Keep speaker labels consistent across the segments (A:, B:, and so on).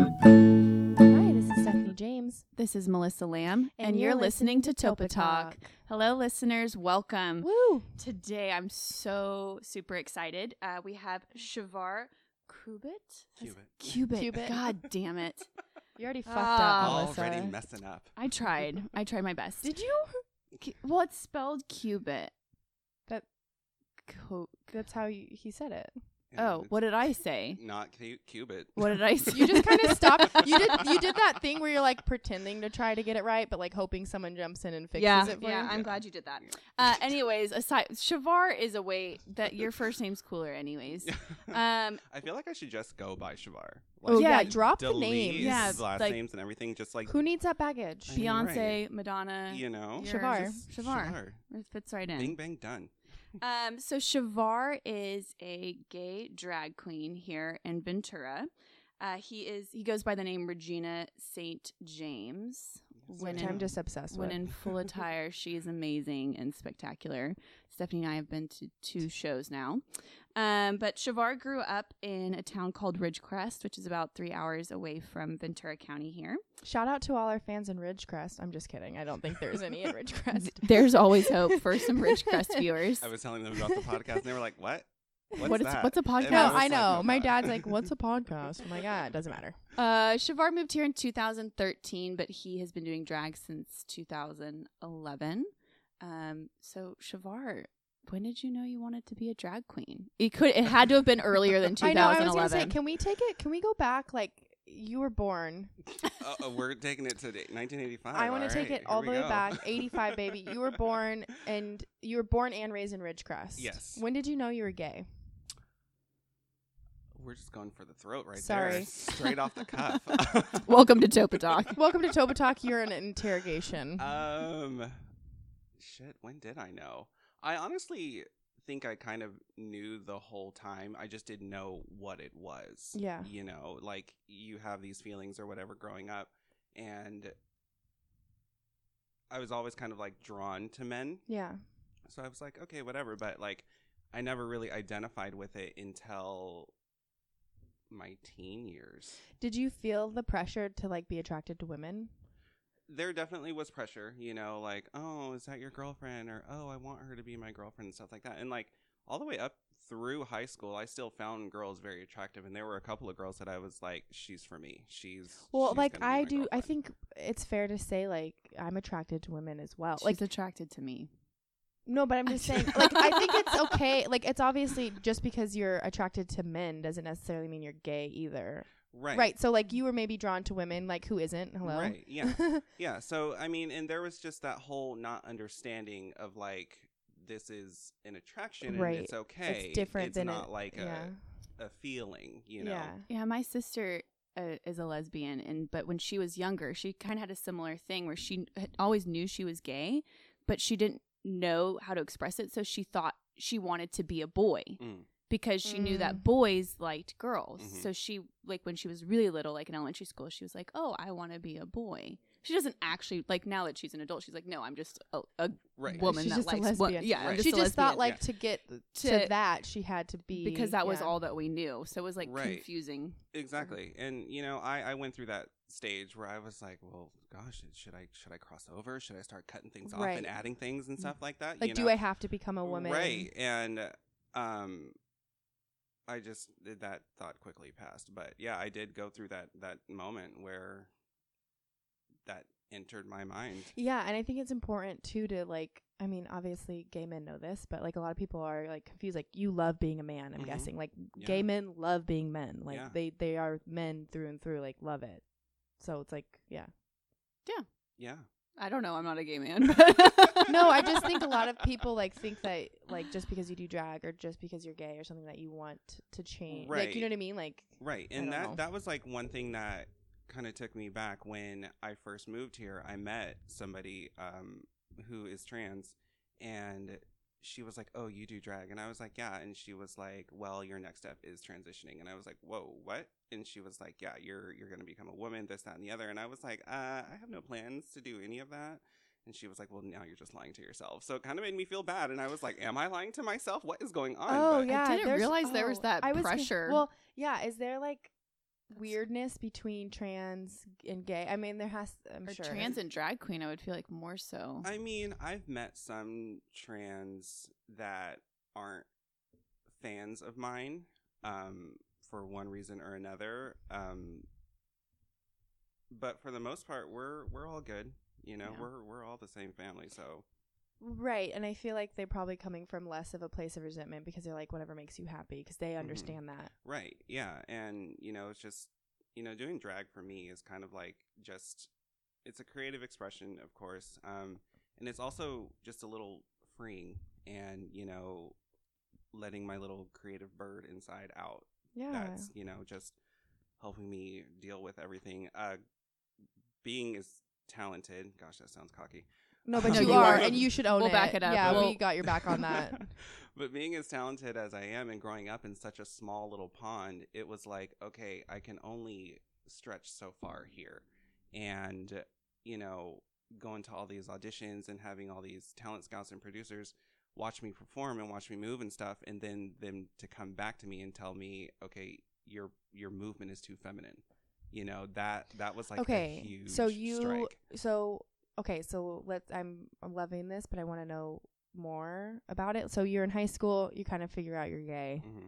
A: Hi, this is Stephanie James.
B: This is Melissa Lamb,
A: And
B: and,
A: you're
B: you're, listening, to
A: listening to
B: Topa
A: Topa
B: Talk.
A: Talk.
B: Hello, listeners. Welcome.
A: Woo!
B: Today, I'm so super excited. Uh, we have Shavar Kubit.
C: Cubit.
B: Cubit.
A: Cubit.
B: God damn it.
A: You already fucked
B: Ah.
A: up, Melissa.
C: Already messing up.
B: I tried. I tried my best.
A: Did you?
B: Cu- well, it's spelled Cubit.
A: That-
B: Co-
A: That's how you, he said it.
C: And
B: oh,
C: it's
B: what did I say?
C: Not cu- Cubit.
B: What did I say?
A: You just kind of stopped. You did. You did that thing where you're like pretending to try to get it right, but like hoping someone jumps in and fixes
B: yeah,
A: it for
B: yeah.
A: you.
B: I'm
C: Yeah.
B: glad you did that.
C: Yeah.
B: Uh, anyways, aside, Shavar is a way that your first name's cooler. Anyways, um,
C: I feel like I should just go by Shavar.
A: Oh,
C: Like,
A: yeah,
B: yeah,
A: drop the
C: delete
A: names.
B: Yeah,
C: his last
B: like-
C: names and everything. Just like
A: Who needs that baggage?
C: I know,
B: Beyonce,
C: right.
B: Madonna,
C: you
B: uh,
C: know,
B: yours
A: Shavar.
B: is Shavar. It fits right in.
C: Bing bang done.
B: Um, so Shavar is a gay drag queen here in Ventura. Uh, he is he goes by the name Regina Saint James. When
A: Which I'm
B: in,
A: just obsessed
B: when
A: with.
B: in full attire, she is amazing and spectacular. Stephanie and I have been to two shows now. Um, but Shavar grew up in a town called Ridgecrest, which is about three hours away from Ventura County here.
A: Shout out to all our fans in Ridgecrest. I'm just kidding. I don't think there's any in Ridgecrest.
B: There's always hope for some Ridgecrest viewers.
C: I was telling them about the podcast, and they were like, "What? What's
B: What is-
C: that?
B: what's a
C: And
B: podcast?
A: No,
C: was
A: I
C: like,
A: know.
C: "Oh,
A: My
C: God."
A: dad's like, "What's a podcast?" I'm like, "Ah, it doesn't matter."
B: Uh, Shavar moved here in 2013, but he has been doing drag since 2011. Um, so Shavar, when did you know you wanted to be a drag queen? It could, it had to have been earlier than
A: I
B: 2011.
A: know. I was gonna say, can we take it? Can we go back? Like you were born.
C: Uh, uh, we're taking it to the- 1985.
A: I want
C: all
A: to take
C: right,
A: it all the
C: here we
A: way
C: go.
A: back. 85, baby. You were born and you were born and raised in Ridgecrest.
C: Yes.
A: When did you know you were gay?
C: We're just going for the throat right
A: Sorry.
C: there, straight off the cuff.
B: Welcome to Topa Talk.
A: Welcome to Toba Talk. You're in an interrogation.
C: Um, shit. When did I know? I honestly think I kind of knew the whole time. I just didn't know what it was.
A: Yeah.
C: You know, like you have these feelings or whatever growing up, and I was always kind of like drawn to men.
A: yeah.
C: So I was like, okay, whatever. But like, I never really identified with it until my teen years.
A: Did you feel the pressure to like be attracted to women?
C: there definitely was pressure, you know, like, oh, is that your girlfriend? Or, oh, I want her to be my girlfriend and stuff like that. And, like, all the way up through high school, I still found girls very attractive. And there were a couple of girls that I was like, she's for me. She's.
A: Well,
C: she's
A: like
C: gonna
A: I
C: be my
A: do. I
C: girlfriend."
A: think it's fair to say like I'm attracted to women as well. like
B: She's attracted to me.
A: No, but I'm just saying, like, I think it's okay. Like, it's obviously just because you're attracted to men doesn't necessarily mean you're gay either.
C: Right.
A: Right. so, like, you were maybe drawn to women. Like, who isn't? Hello?
C: Right. Yeah. uh, yeah. So, I mean, and there was just that whole not understanding of like, this is an attraction
A: Right.
C: and it's okay.
A: it's different
C: It's
A: than
C: not
A: it-
C: like
A: yeah.
C: a, a feeling, you know?
A: Yeah.
B: Yeah, my sister uh, is a lesbian, and but when she was younger, she kind of had a similar thing where she had always knew she was gay, but she didn't know how to express it, so she thought she wanted to be a boy
C: Mm.
B: because she knew
A: Mm.
B: that boys liked girls.
C: Mhm.
B: So she like when she was really little, like in elementary school, she was like, "Oh, I want to be a boy." She doesn't actually like now that she's an adult. She's like, "No, I'm just a, a
C: Right.
B: woman
A: She's
B: that
A: just a
B: likes wo-
A: lesbian.
B: yeah." I'm
C: Right.
B: just
A: she
B: a
A: just thought,
B: lesbian."
A: like,
C: yeah.
A: to get to,
B: To-
A: that, she had to be.
B: because that was
A: yeah.
B: all that we knew. So it was like
C: Right.
B: confusing.
C: Exactly. And you know, I, I went through that stage where I was like, well, gosh, should I should I cross over? Should I start cutting things off
A: Right. Mm.
C: and adding things and stuff like that?
A: Like,
C: you
A: do
C: know?
A: I have to become a woman?
C: Right. And um I just that thought quickly passed, but yeah, I did go through that that moment where that entered my mind.
A: Yeah, and I think it's important too to like I mean, obviously gay men know this, but like a lot of people are like confused like you love being a man, I'm
C: Mhm.
A: guessing. Like
C: Yeah.
A: gay men love being men. Like
C: Yeah.
A: they they are men through and through, like love it. So it's like, yeah.
C: Yeah.
B: I don't know. I'm not a gay man. but-
A: No, I just think a lot of people like think that like just because you do drag or just because you're gay or something that you want to change. Like you know
C: Right.
A: what I mean? Like
C: Right.
A: I
C: And
A: don't
C: that
A: know.
C: that was like one thing that kind of took me back when I first moved here. I met somebody um who is trans and she was like, "Oh, you do drag." And I was like, "Yeah." And she was like, "Well, your next step is transitioning." And I was like, "Whoa, what?" And she was like, "Yeah, you're you're going to become a woman, this that and the other." And I was like, "Uh, I have no plans to do any of that." And she was like, "Well, now you're just lying to yourself." So it kind of made me feel bad, and I was like, "Am I lying to myself? What is going on?"
A: Oh
C: But-
A: yeah,
B: didn't
A: there's-
B: realize there was
A: oh,
B: that
A: I gonna-
B: pressure.
A: well, yeah, is there like weirdness between trans and gay? I mean, there has. I'm
B: or
A: sure.
B: trans and drag queen, I would feel like more so.
C: I mean, I've met some trans that aren't fans of mine um, for one reason or another. Um, but for the most part, we're we're all good. You know,
B: Yeah.
C: we're we're all the same family. So
A: Right, and I feel like they're probably coming from less of a place of resentment because they're like whatever makes you happy because they
C: Mm-hmm.
A: understand that.
C: right, yeah, and you know, it's just you know, doing drag for me is kind of like just it's a creative expression, of course, um, and it's also just a little freeing, and you know, letting my little creative bird inside out.
A: Yeah.
C: that's you know just helping me deal with everything uh being is talented gosh that sounds cocky
A: no, but
C: No,
A: you,
C: you
A: are,
C: are.
A: and you should own
B: We'll
A: it.
B: back it up.
A: Yeah,
B: We'll-
A: we got your back on that.
C: but being as talented as i am and growing up in such a small little pond it was like okay i can only stretch so far here and you know going to all these auditions and having all these talent scouts and producers watch me perform and watch me move and stuff and then them to come back to me and tell me okay your your movement is too feminine you know that that was like
A: okay,
C: a huge
A: so you,
C: strike.
A: so okay, so let's. I'm I'm loving this, but I want to know more about it. So you're in high school, you kind of figure out you're gay,
C: Mhm.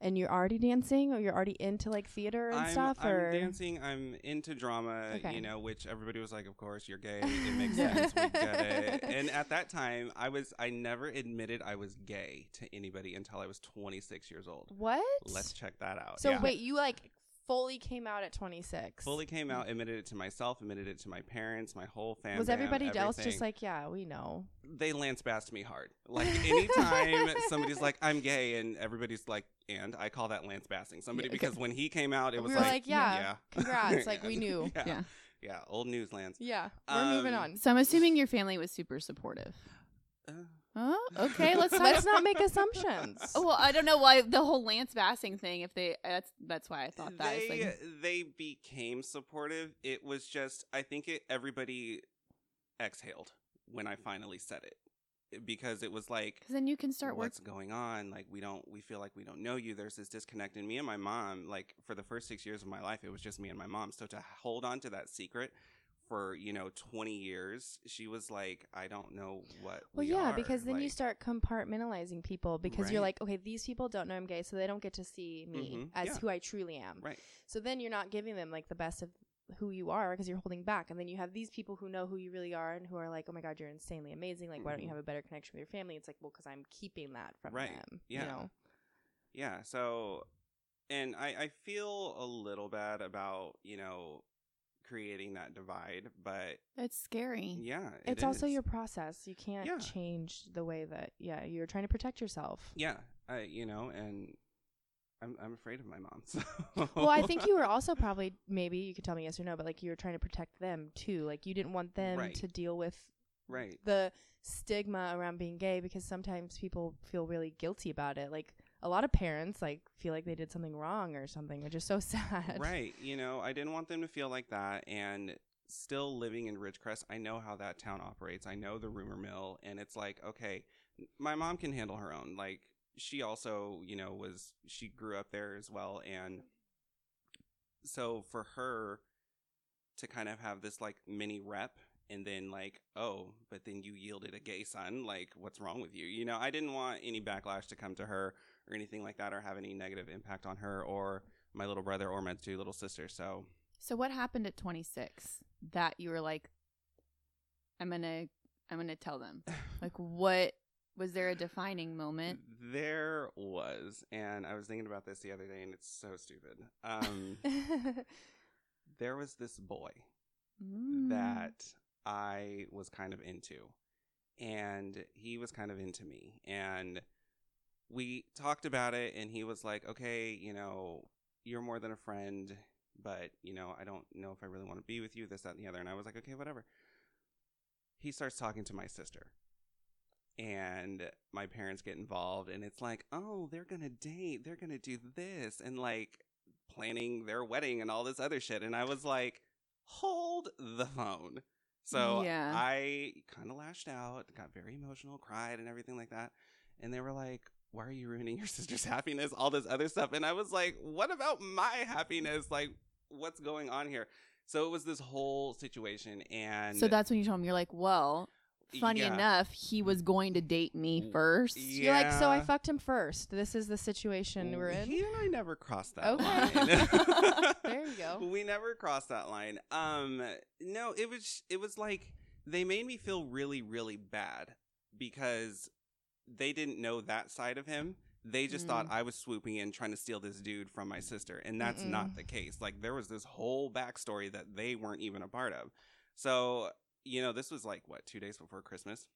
A: and you're already dancing, or you're already into like theater and
C: I'm,
A: stuff,
C: I'm
A: or
C: dancing. I'm into drama,
A: Okay.
C: you know, which everybody was like, "Of course, you're gay. It makes sense. We get it." And at that time, I was I never admitted I was gay to anybody until I was 26 years old.
A: what?
C: Let's check that out.
A: so
C: yeah.
A: wait, you like fully came out at 26.
C: fully came out, admitted it to myself, admitted it to my parents, my whole family.
A: was everybody else just like, yeah, we know?
C: they Lance Bassed me hard. Like anytime somebody's like, I'm gay, and everybody's like, and I call that Lance Bassing somebody
B: Yeah, 'cause-
C: because when he came out, it
A: We
C: was
A: were
C: like,
A: like, yeah, congrats,
C: Yeah.
A: like, we knew.
C: Yeah.
B: Yeah.
C: yeah. Old news, Lance.
A: Yeah, we're
C: we're Um,
A: moving
C: moving
A: on.
C: on.
B: so I'm assuming your family was super supportive.
C: Uh,
B: Oh, okay. Let's talk
A: Let's not make assumptions.
B: Oh, well, I don't know why the whole Lance Bassing thing. If they, that's that's why I thought that.
C: they uh,
B: It's like,
C: they became supportive. It was just I think it everybody exhaled when I finally said it because it was like
B: because then you can start work.
C: what's going on like we don't we feel like we don't know you there's this disconnect in me and my mom like for the first six years of my life it was just me and my mom so to hold on to that secret for you know 20 years she was like i don't know what
A: Well,
C: we
A: yeah,
C: are,"
A: because then you
C: like-
A: start compartmentalizing people because you're
C: Right.
A: like, okay, these people don't know I'm gay, so they don't get to see me
C: Mhm,
A: as
C: yeah.
A: who I truly am.
C: right
A: So then you're not giving them like the best of who you are because you're holding back. And then you have these people who know who you really are and who are like, oh my God, you're insanely amazing. Like, why don't you
C: Mhm.
A: have a better connection with your family? It's like, well, because I'm keeping that from
C: Right.
A: them. You
C: Yeah.
A: know?
C: yeah so and i i feel a little bad about you know creating that divide but
B: That's scary.
C: yeah it
A: Mm. It's also
C: is.
A: your process. You can't
C: Yeah.
A: change the way that, yeah, you're trying to protect yourself.
C: yeah i you know and i'm i'm afraid of my mom so
A: well, I think you were also probably maybe you could tell me yes or no, but like you were trying to protect them too. Like you didn't want them
C: Right.
A: to deal with
C: right
A: the stigma around being gay because sometimes people feel really guilty about it. Like a lot of parents like feel like they did something wrong or something, which is so sad.
C: Right. You know, I didn't want them to feel like that. And still living in Ridgecrest, I know how that town operates. I know the rumor mill. And it's like, okay, my mom can handle her own. Like, she also, you know, was, she grew up there as well. And so for her to kind of have this like mini rep and then like, oh, but then you yielded a gay son. Like, what's wrong with you? You know, I didn't want any backlash to come to her or anything like that or have any negative impact on her or my little brother or my two little sisters. So
B: So what happened at 26 that you were like, I'm gonna, I'm gonna tell them. Like, what was there a defining moment?
C: there was, and I was thinking about this the other day, and it's so stupid. Um, there was this boy
B: Hmm.
C: that I was kind of into, and he was kind of into me, and we talked about it, and he was like, "Okay, you know, you're more than a friend." But you know, I don't know if I really want to be with you, this, that, and the other. And I was like, okay, whatever. He starts talking to my sister, and my parents get involved and it's like oh they're gonna date they're gonna do this and like planning their wedding and all this other shit and i was like hold the phone So
B: Yeah.
C: I kind of lashed out, got very emotional, cried, and everything like that. And they were like, Why are you ruining your sister's happiness? All this other stuff. And I was like, What about my happiness? Like, what's going on here? So it was this whole situation. And
B: so that's when you told him you're like, well, funny
C: yeah.
B: enough, he was going to date me
C: Mm.
B: first.
A: You're like, so I
C: Yeah.
A: fucked him first. This is the situation we're in.
C: He and I never crossed that
A: Okay.
C: line.
A: There you go.
C: We never crossed that line. Um, no, it was it was like they made me feel really really bad because they didn't know that side of him. They just
A: Mm.
C: thought I was swooping in trying to steal this dude from my sister, and that's
A: Mm-mm.
C: not the case. Like there was this whole backstory that they weren't even a part of. So you know, this was like what two days before Christmas.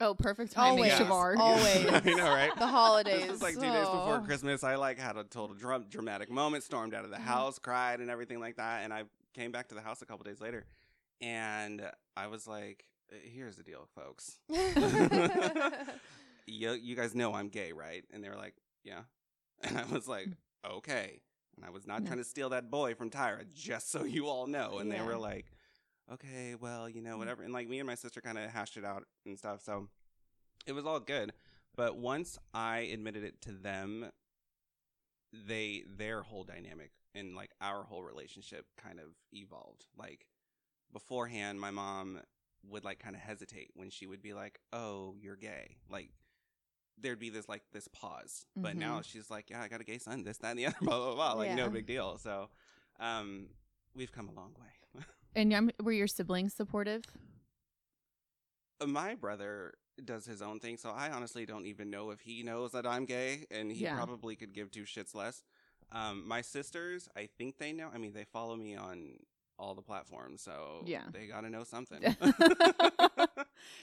B: Oh, perfect timing,
A: Always.
B: Shavar.
A: Always.
C: I know, right?
A: The holidays.
C: This was like two days before
A: Oh.
C: Christmas. I like had a total drum- dramatic moment, stormed out of
A: Mm-hmm.
C: the
B: Mhm.
C: house, cried, and everything like that. And I came back to the house a couple days later, and I was like, "Uh, "Here's the deal, folks. You you guys know I'm gay, right?" And they were like, "Yeah," and I was
A: Mm.
C: like, "Okay." And I was not
B: No.
C: trying to steal that boy from Tyra, just so you all know. And
A: Yeah. Mm.
C: they were like, "Okay, well, you know,
B: Mhm.
C: whatever." And like me and my sister kind of hashed it out and stuff. So it was all good. But once I admitted it to them, they their whole dynamic and like our whole relationship kind of evolved. Like beforehand, my mom would like kind of hesitate when she would be like, "Oh, you're gay." Like there'd be this like this pause. But now she's like, "Yeah, I got a gay son. This, that, and the other." Blah blah blah. Like
A: Yeah.
C: no big deal. So, um, we've come a long way.
B: And um, were your siblings supportive?
C: my brother does his own thing, so I honestly don't even know if he knows that I'm gay, and he
B: Yeah.
C: probably could give two shits less. Um, my sisters, I think they know. I mean, they follow me on all the platforms, so
B: Yeah.
C: they got to know something.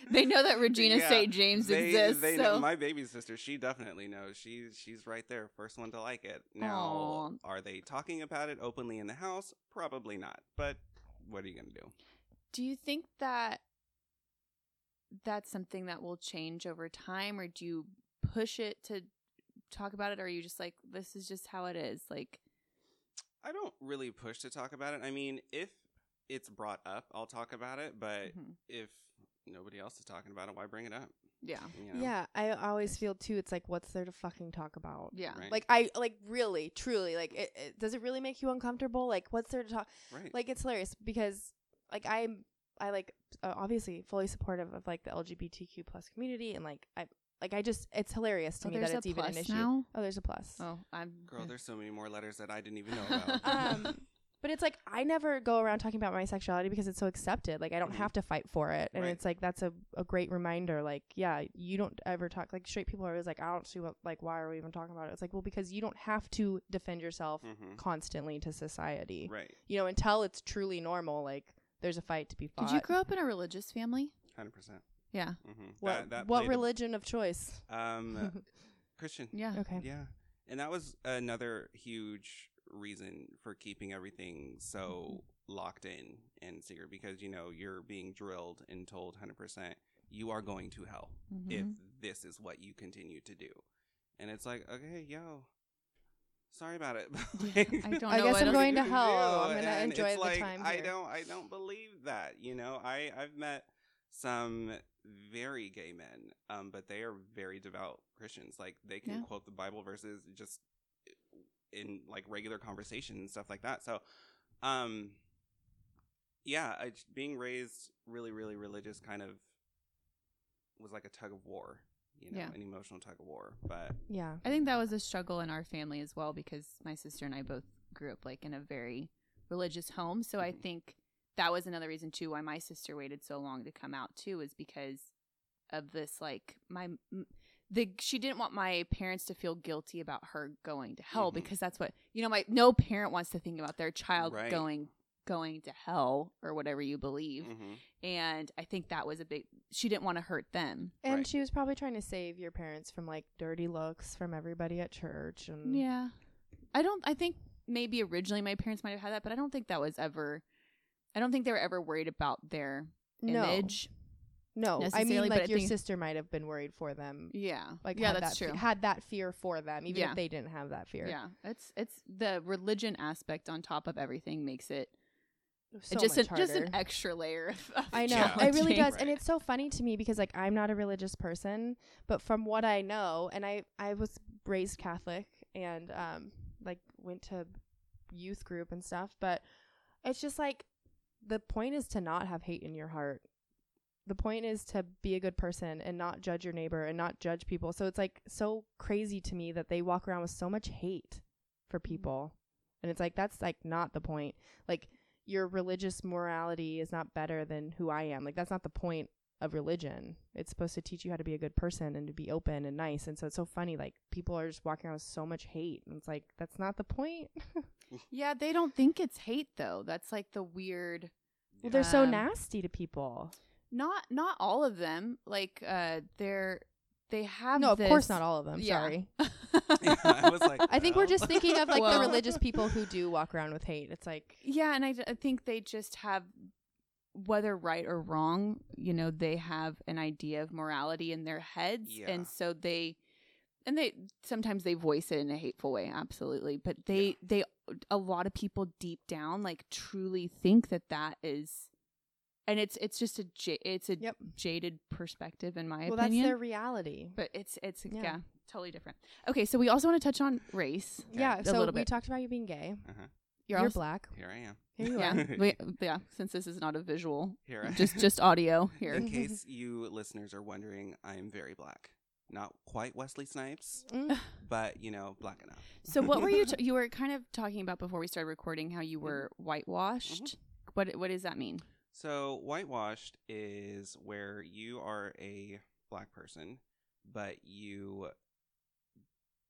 B: They know that Regina
C: Yeah.
B: St. James
C: They,
B: exists.
C: they
B: so.
C: know my baby sister. She definitely knows. She's she's right there, first one to like it. Now,
B: Aw.
C: are they talking about it openly in the house? Probably not. But what are you gonna do?
B: Do you think that that's something that will change over time, or do you push it to talk about it, or are you just like, this is just how it is? Like,
C: I don't really push to talk about it. I mean, if it's brought up, I'll talk about it.
A: Mm-hmm.
C: But
B: mhm.
C: if nobody else is talking about it, why bring it up?
B: yeah,
C: You know?
A: Ah, yeah, I always feel too. It's like, what's there to fucking talk about?
B: yeah.
C: Right.
A: Like I like really, truly, like it, it, does it really make you uncomfortable? Like what's there to talk?
C: right.
A: Like it's hilarious because like I'm I like uh, obviously fully supportive of like the LGBTQ plus community and like I like I just it's hilarious to
B: Oh,
A: me that
B: there's a
A: it's even an
B: plus
A: issue.
B: now?
A: Oh, there's a plus.
B: Oh, I'm
C: Girl, there's so many more letters that I didn't even know about.
A: Um, but it's like I never go around talking about my sexuality because it's so accepted. Like I don't
B: Mm-hmm.
C: Mhm.
A: have to fight for it, and
C: Right.
A: it's like that's a, a great reminder. Like yeah, you don't ever talk like straight people are always like I don't see what like why are we even talking about it? It's like well because you don't have to defend yourself
B: Mm-hmm.
C: Mhm.
A: constantly to society.
C: Right.
A: You know until it's truly normal. Like there's a fight to be fought.
B: Did you grow up in a religious family?
C: Hundred percent.
B: Yeah,
C: Mm-hmm.
A: What
C: that, that
A: what
C: played a-
A: religion of choice?
C: um, Christian.
B: yeah.
A: okay.
C: Yeah. And that was another huge reason for keeping everything so
A: Mm-hmm.
C: locked in and secret because, you know, you're being drilled and told 100% you are going to hell if
B: Mhm.
C: this is what you continue to do. And it's like, okay, yo, sorry about it.
B: I don't
A: I
B: know
A: guess
B: what
A: I'm
B: else
A: going
B: you
A: to
C: do.
A: hell. I'm gonna
C: And
A: enjoy
C: it's
A: the
C: like,
A: time
C: I
A: here.
C: don't I don't believe that. You know, I I've met some very gay men, um, but they are very devout Christians. Like they can
B: Yeah.
C: quote the Bible verses just eh, in like regular conversation and stuff like that. So, um, yeah, I, j- being raised really really religious kind of was like a tug of war. You know,
B: Yeah.
C: an emotional tug of war, but
A: Yeah.
B: I think that was a struggle in our family as well because my sister and I both grew up like in a very religious home. So I
C: Mhm.
B: think that was another reason too why my sister waited so long to come out too is because of this like my m- the she didn't want my parents to feel guilty about her going to hell
C: Mhm.
B: because that's what you know my no parent wants to think about their child
C: Right.
B: going going to hell or whatever you believe.
C: mhm.
B: And I think that was a big she didn't want to hurt them.
A: And
C: Right.
A: she was probably trying to save your parents from like dirty looks from everybody at church and
B: Yeah. I don't I think maybe originally my parents might have had that, but I don't think that was ever I don't think they were ever worried about their
A: no,
B: image.
A: no. I mean,
B: necessarily, but I
A: like your
B: think-
A: sister might have been worried for them,
B: Yeah.
A: like
B: yeah,
A: had
B: that's
A: that,
B: true.
A: Had that fear for them, even
B: Yeah.
A: if they didn't have that fear.
B: Yeah. It's it's the religion aspect on top of everything makes it
A: so
B: just
A: much
B: an, just an
A: harder.
B: extra layer of, of
A: I know.
C: Yeah.
A: It really
B: challenging.
A: does. And
C: Right.
A: it's so funny to me because like I'm not a religious person, but from what I know, and I I was raised Catholic and um like went to youth group and stuff, but it's just like the point is to not have hate in your heart. The point is to be a good person and not judge your neighbor and not judge people. So it's like so crazy to me that they walk around with so much hate for people. And it's like that's like not the point. Like your religious morality is not better than who I am. Like that's not the point of religion. It's supposed to teach you how to be a good person and to be open and nice. And so it's so funny. Like people are just walking around with so much hate, and it's like that's not the point.
B: Yeah, they don't think it's hate though. That's like the weird.
A: Well, they're so
B: Um,
A: nasty to people.
B: Not not all of them. Like uh, they're they have
A: No, of course
B: this-
A: not all of them.
B: Yeah.
A: Sorry.
C: Yeah, I was like,
A: I think we're
C: well.
A: just thinking of like
B: Well-
A: the religious people who do walk around with hate. It's like
B: Yeah, and I, d- I think they just have, whether right or wrong, you know, they have an idea of morality in their heads,
C: Yeah.
B: and so they, and they sometimes they voice it in a hateful way, absolutely. But they,
C: Yeah.
B: they, a lot of people deep down, like truly think that that is, and it's it's just a ja- it's a
A: Yep.
B: jaded perspective in my
A: well, that's
B: opinion.
A: their reality.
B: but it's it's
A: Yeah.
B: yeah. totally different. Okay, so we also want to touch on race.
A: Yeah.
B: A
A: So we
B: little bit.
A: talked about you being gay.
C: Uh-huh.
A: You're,
B: also-
A: black.
C: Here I am.
A: Here you
B: Yeah,
A: are.
B: we, yeah. Since this is not a visual
C: Here I
B: just just audio here.
C: In case you listeners are wondering, I'm very black. Not quite Wesley Snipes,
A: Mm.
C: but you know, black enough.
B: So what were you t- you were kind of talking about before we started recording how you were
C: Mm-hmm.
B: whitewashed? What what does that mean?
C: So, whitewashed is where you are a black person, but you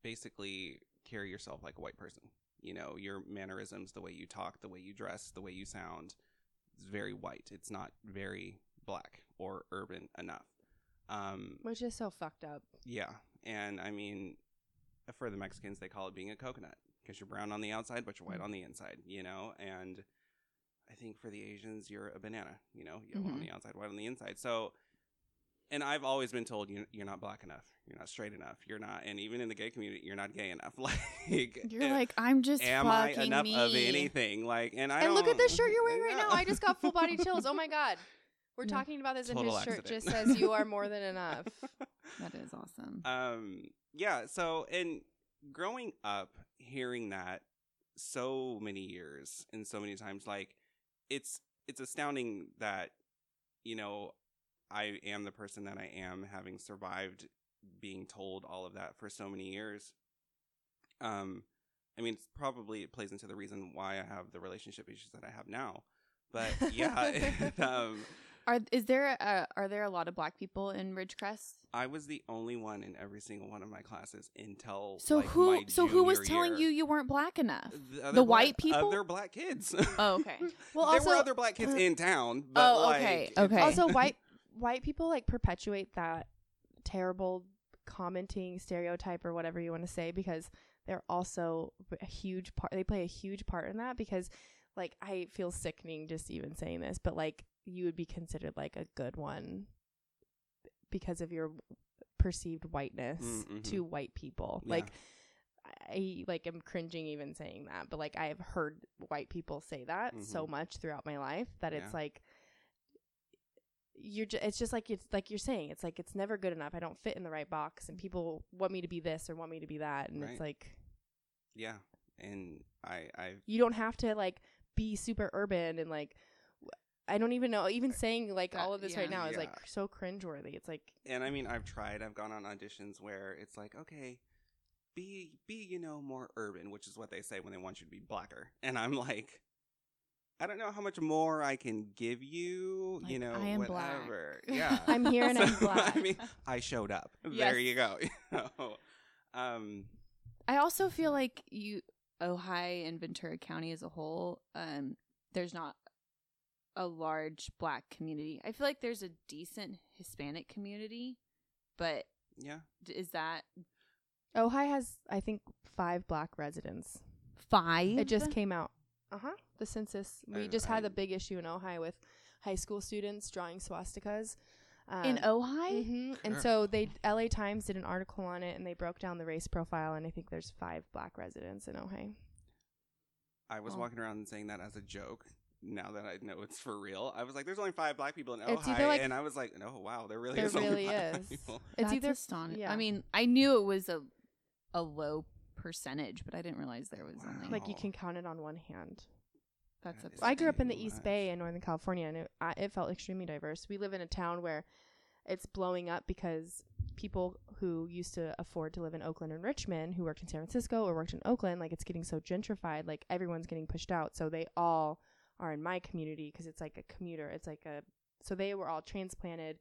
C: basically carry yourself like a white person. You know, your mannerisms, the way you talk, the way you dress, the way you sound, it's very white. It's not very black or urban enough. Um,
A: Which is so fucked up.
C: yeah. And I mean, for the Mexicans, they call it being a coconut because you're brown on the outside, but you're
A: Hmm.
C: white on the inside, you know? And I think for the Asians, you're a banana, you know? Yellow on
A: Mm-hmm.
B: Mhm.
C: the outside, white on the inside. So, and I've always been told you, you're not black enough, you're not straight enough, you're not, and even in the gay community, you're not gay enough. Like,
B: You're
C: eh,
B: like I'm just
C: am I
B: fucking
C: enough
B: me.
C: of anything? Like, and I
A: and look at
C: don't-
A: this shirt you're wearing right now.
C: Yeah.
A: I just got full body chills. Oh my god. We're
B: Yeah.
A: talking about this, and
C: Total
A: his shirt
C: accident.
A: just says you are more than enough.
B: That is awesome.
C: um yeah so and growing up hearing that so many years and so many times like it's it's astounding that you know i am the person that i am having survived being told all of that for so many years um i mean it's probably it plays into the reason why i have the relationship issues that i have now but yeah it, um
B: Are is there a, are there a lot of black people in Ridgecrest?
C: I was the only one in every single one of my classes until
B: So
C: like,
B: who
C: my
B: so who was
C: junior
B: telling
C: year.
B: you you weren't black enough? The
C: other black-
B: white people?
C: Other black kids.
B: Oh, okay.
A: Well,
C: there
A: also,
C: were other black kids
A: uh,
C: in town. But
B: Oh, okay,
C: like,
B: okay.
C: it's-
A: also white white people like perpetuate that terrible commenting stereotype or whatever you want to say because they're also a huge part. They play a huge part in that because, like, I feel sickening just even saying this, but like, you would be considered like a good one because of your perceived whiteness
C: Mm,
A: to white people.
C: Yeah.
A: Like, I like am cringing even saying that, but like I have heard white people say that so
C: Mhm.
A: much throughout my life that it's
C: Yeah.
A: like you're ju- it's just like it's like you're saying it's like it's never good enough. I don't fit in the right box and people want me to be this or want me to be that and
C: Right.
A: it's like
C: yeah, and I, I,
A: you don't have to like be super urban and like w- I don't even know even saying like
B: That-
A: all of this right
B: yeah.
A: now is like
C: Yeah.
A: so cringeworthy. It's like
C: and I mean, I've tried. I've gone on auditions where it's like, okay, be, be, you know, more urban, which is what they say when they want you to be blacker. And I'm like, I don't know how much more I can give you.
B: Like,
C: you know,
B: I am black.
C: whatever. Yeah,
A: I'm here and I'm
C: So,
A: black.
C: I mean, I showed up. There you go. You know? um,
B: I also feel like you Ojai and Ventura County as a whole, um, there's not a large black community. I feel like there's a decent Hispanic community, but
C: yeah.
B: d- is that
A: Ojai has I think 5 black residents.
B: five?
A: It just came out. Uh
B: Uh-huh.
A: huh. The census. We
C: I-
A: just had
C: I-
A: a big issue in Ohio with high school students drawing swastikas. Um,
B: in Ojai.
A: mhm. And
C: Crap.
A: so they LA Times did an article on it, and they broke down the race profile, and I think there's five black residents in Ohio.
C: I was
B: Oh.
C: walking around and saying that as a joke. now that I know it's for real, I was like, there's only five black people in
A: It's either,
C: Ojai.
A: like-
C: and I was like, no, wow, there really
A: There
C: is only
A: really
C: five black
A: is.
C: people.
A: It's
B: That's
A: either
B: astonishing.
A: yeah.
B: I mean, I knew it was a a low percentage, but I didn't realize there was only
A: like you
C: Oh.
A: can count it on one hand.
B: that's
C: That is
A: I
B: upsetting.
A: grew up in the
C: too
A: East
C: much.
A: Bay in Northern California, and it, I, it felt extremely diverse. We live in a town where it's blowing up because people who used to afford to live in Oakland and Richmond, who worked in San Francisco or worked in Oakland, like it's getting so gentrified, like everyone's getting pushed out. So they all are in my community because it's like a commuter. It's like a so they were all transplanted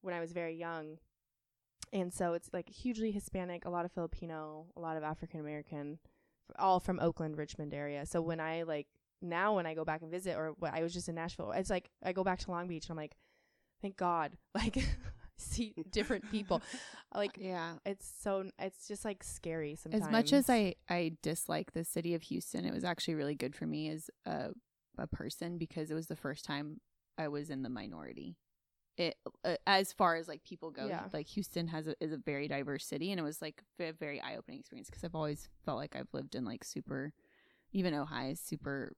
A: when I was very young, and so it's like hugely Hispanic, a lot of Filipino, a lot of African American, f- all from Oakland, Richmond area. So when I like now when I go back and visit, or when I was just in Nashville, it's like I go back to Long Beach and I'm like, thank God, like see different people. Like
B: yeah.
A: it's so it's just like scary sometimes.
B: As much as I I dislike the city of Houston, it was actually really good for me as a a person because it was the first time I was in the minority. It uh, as far as like people go,
A: Yeah.
B: like Houston has a, is a very diverse city, and it was like a very eye opening experience because I've always felt like I've lived in like super, even Ohio, is super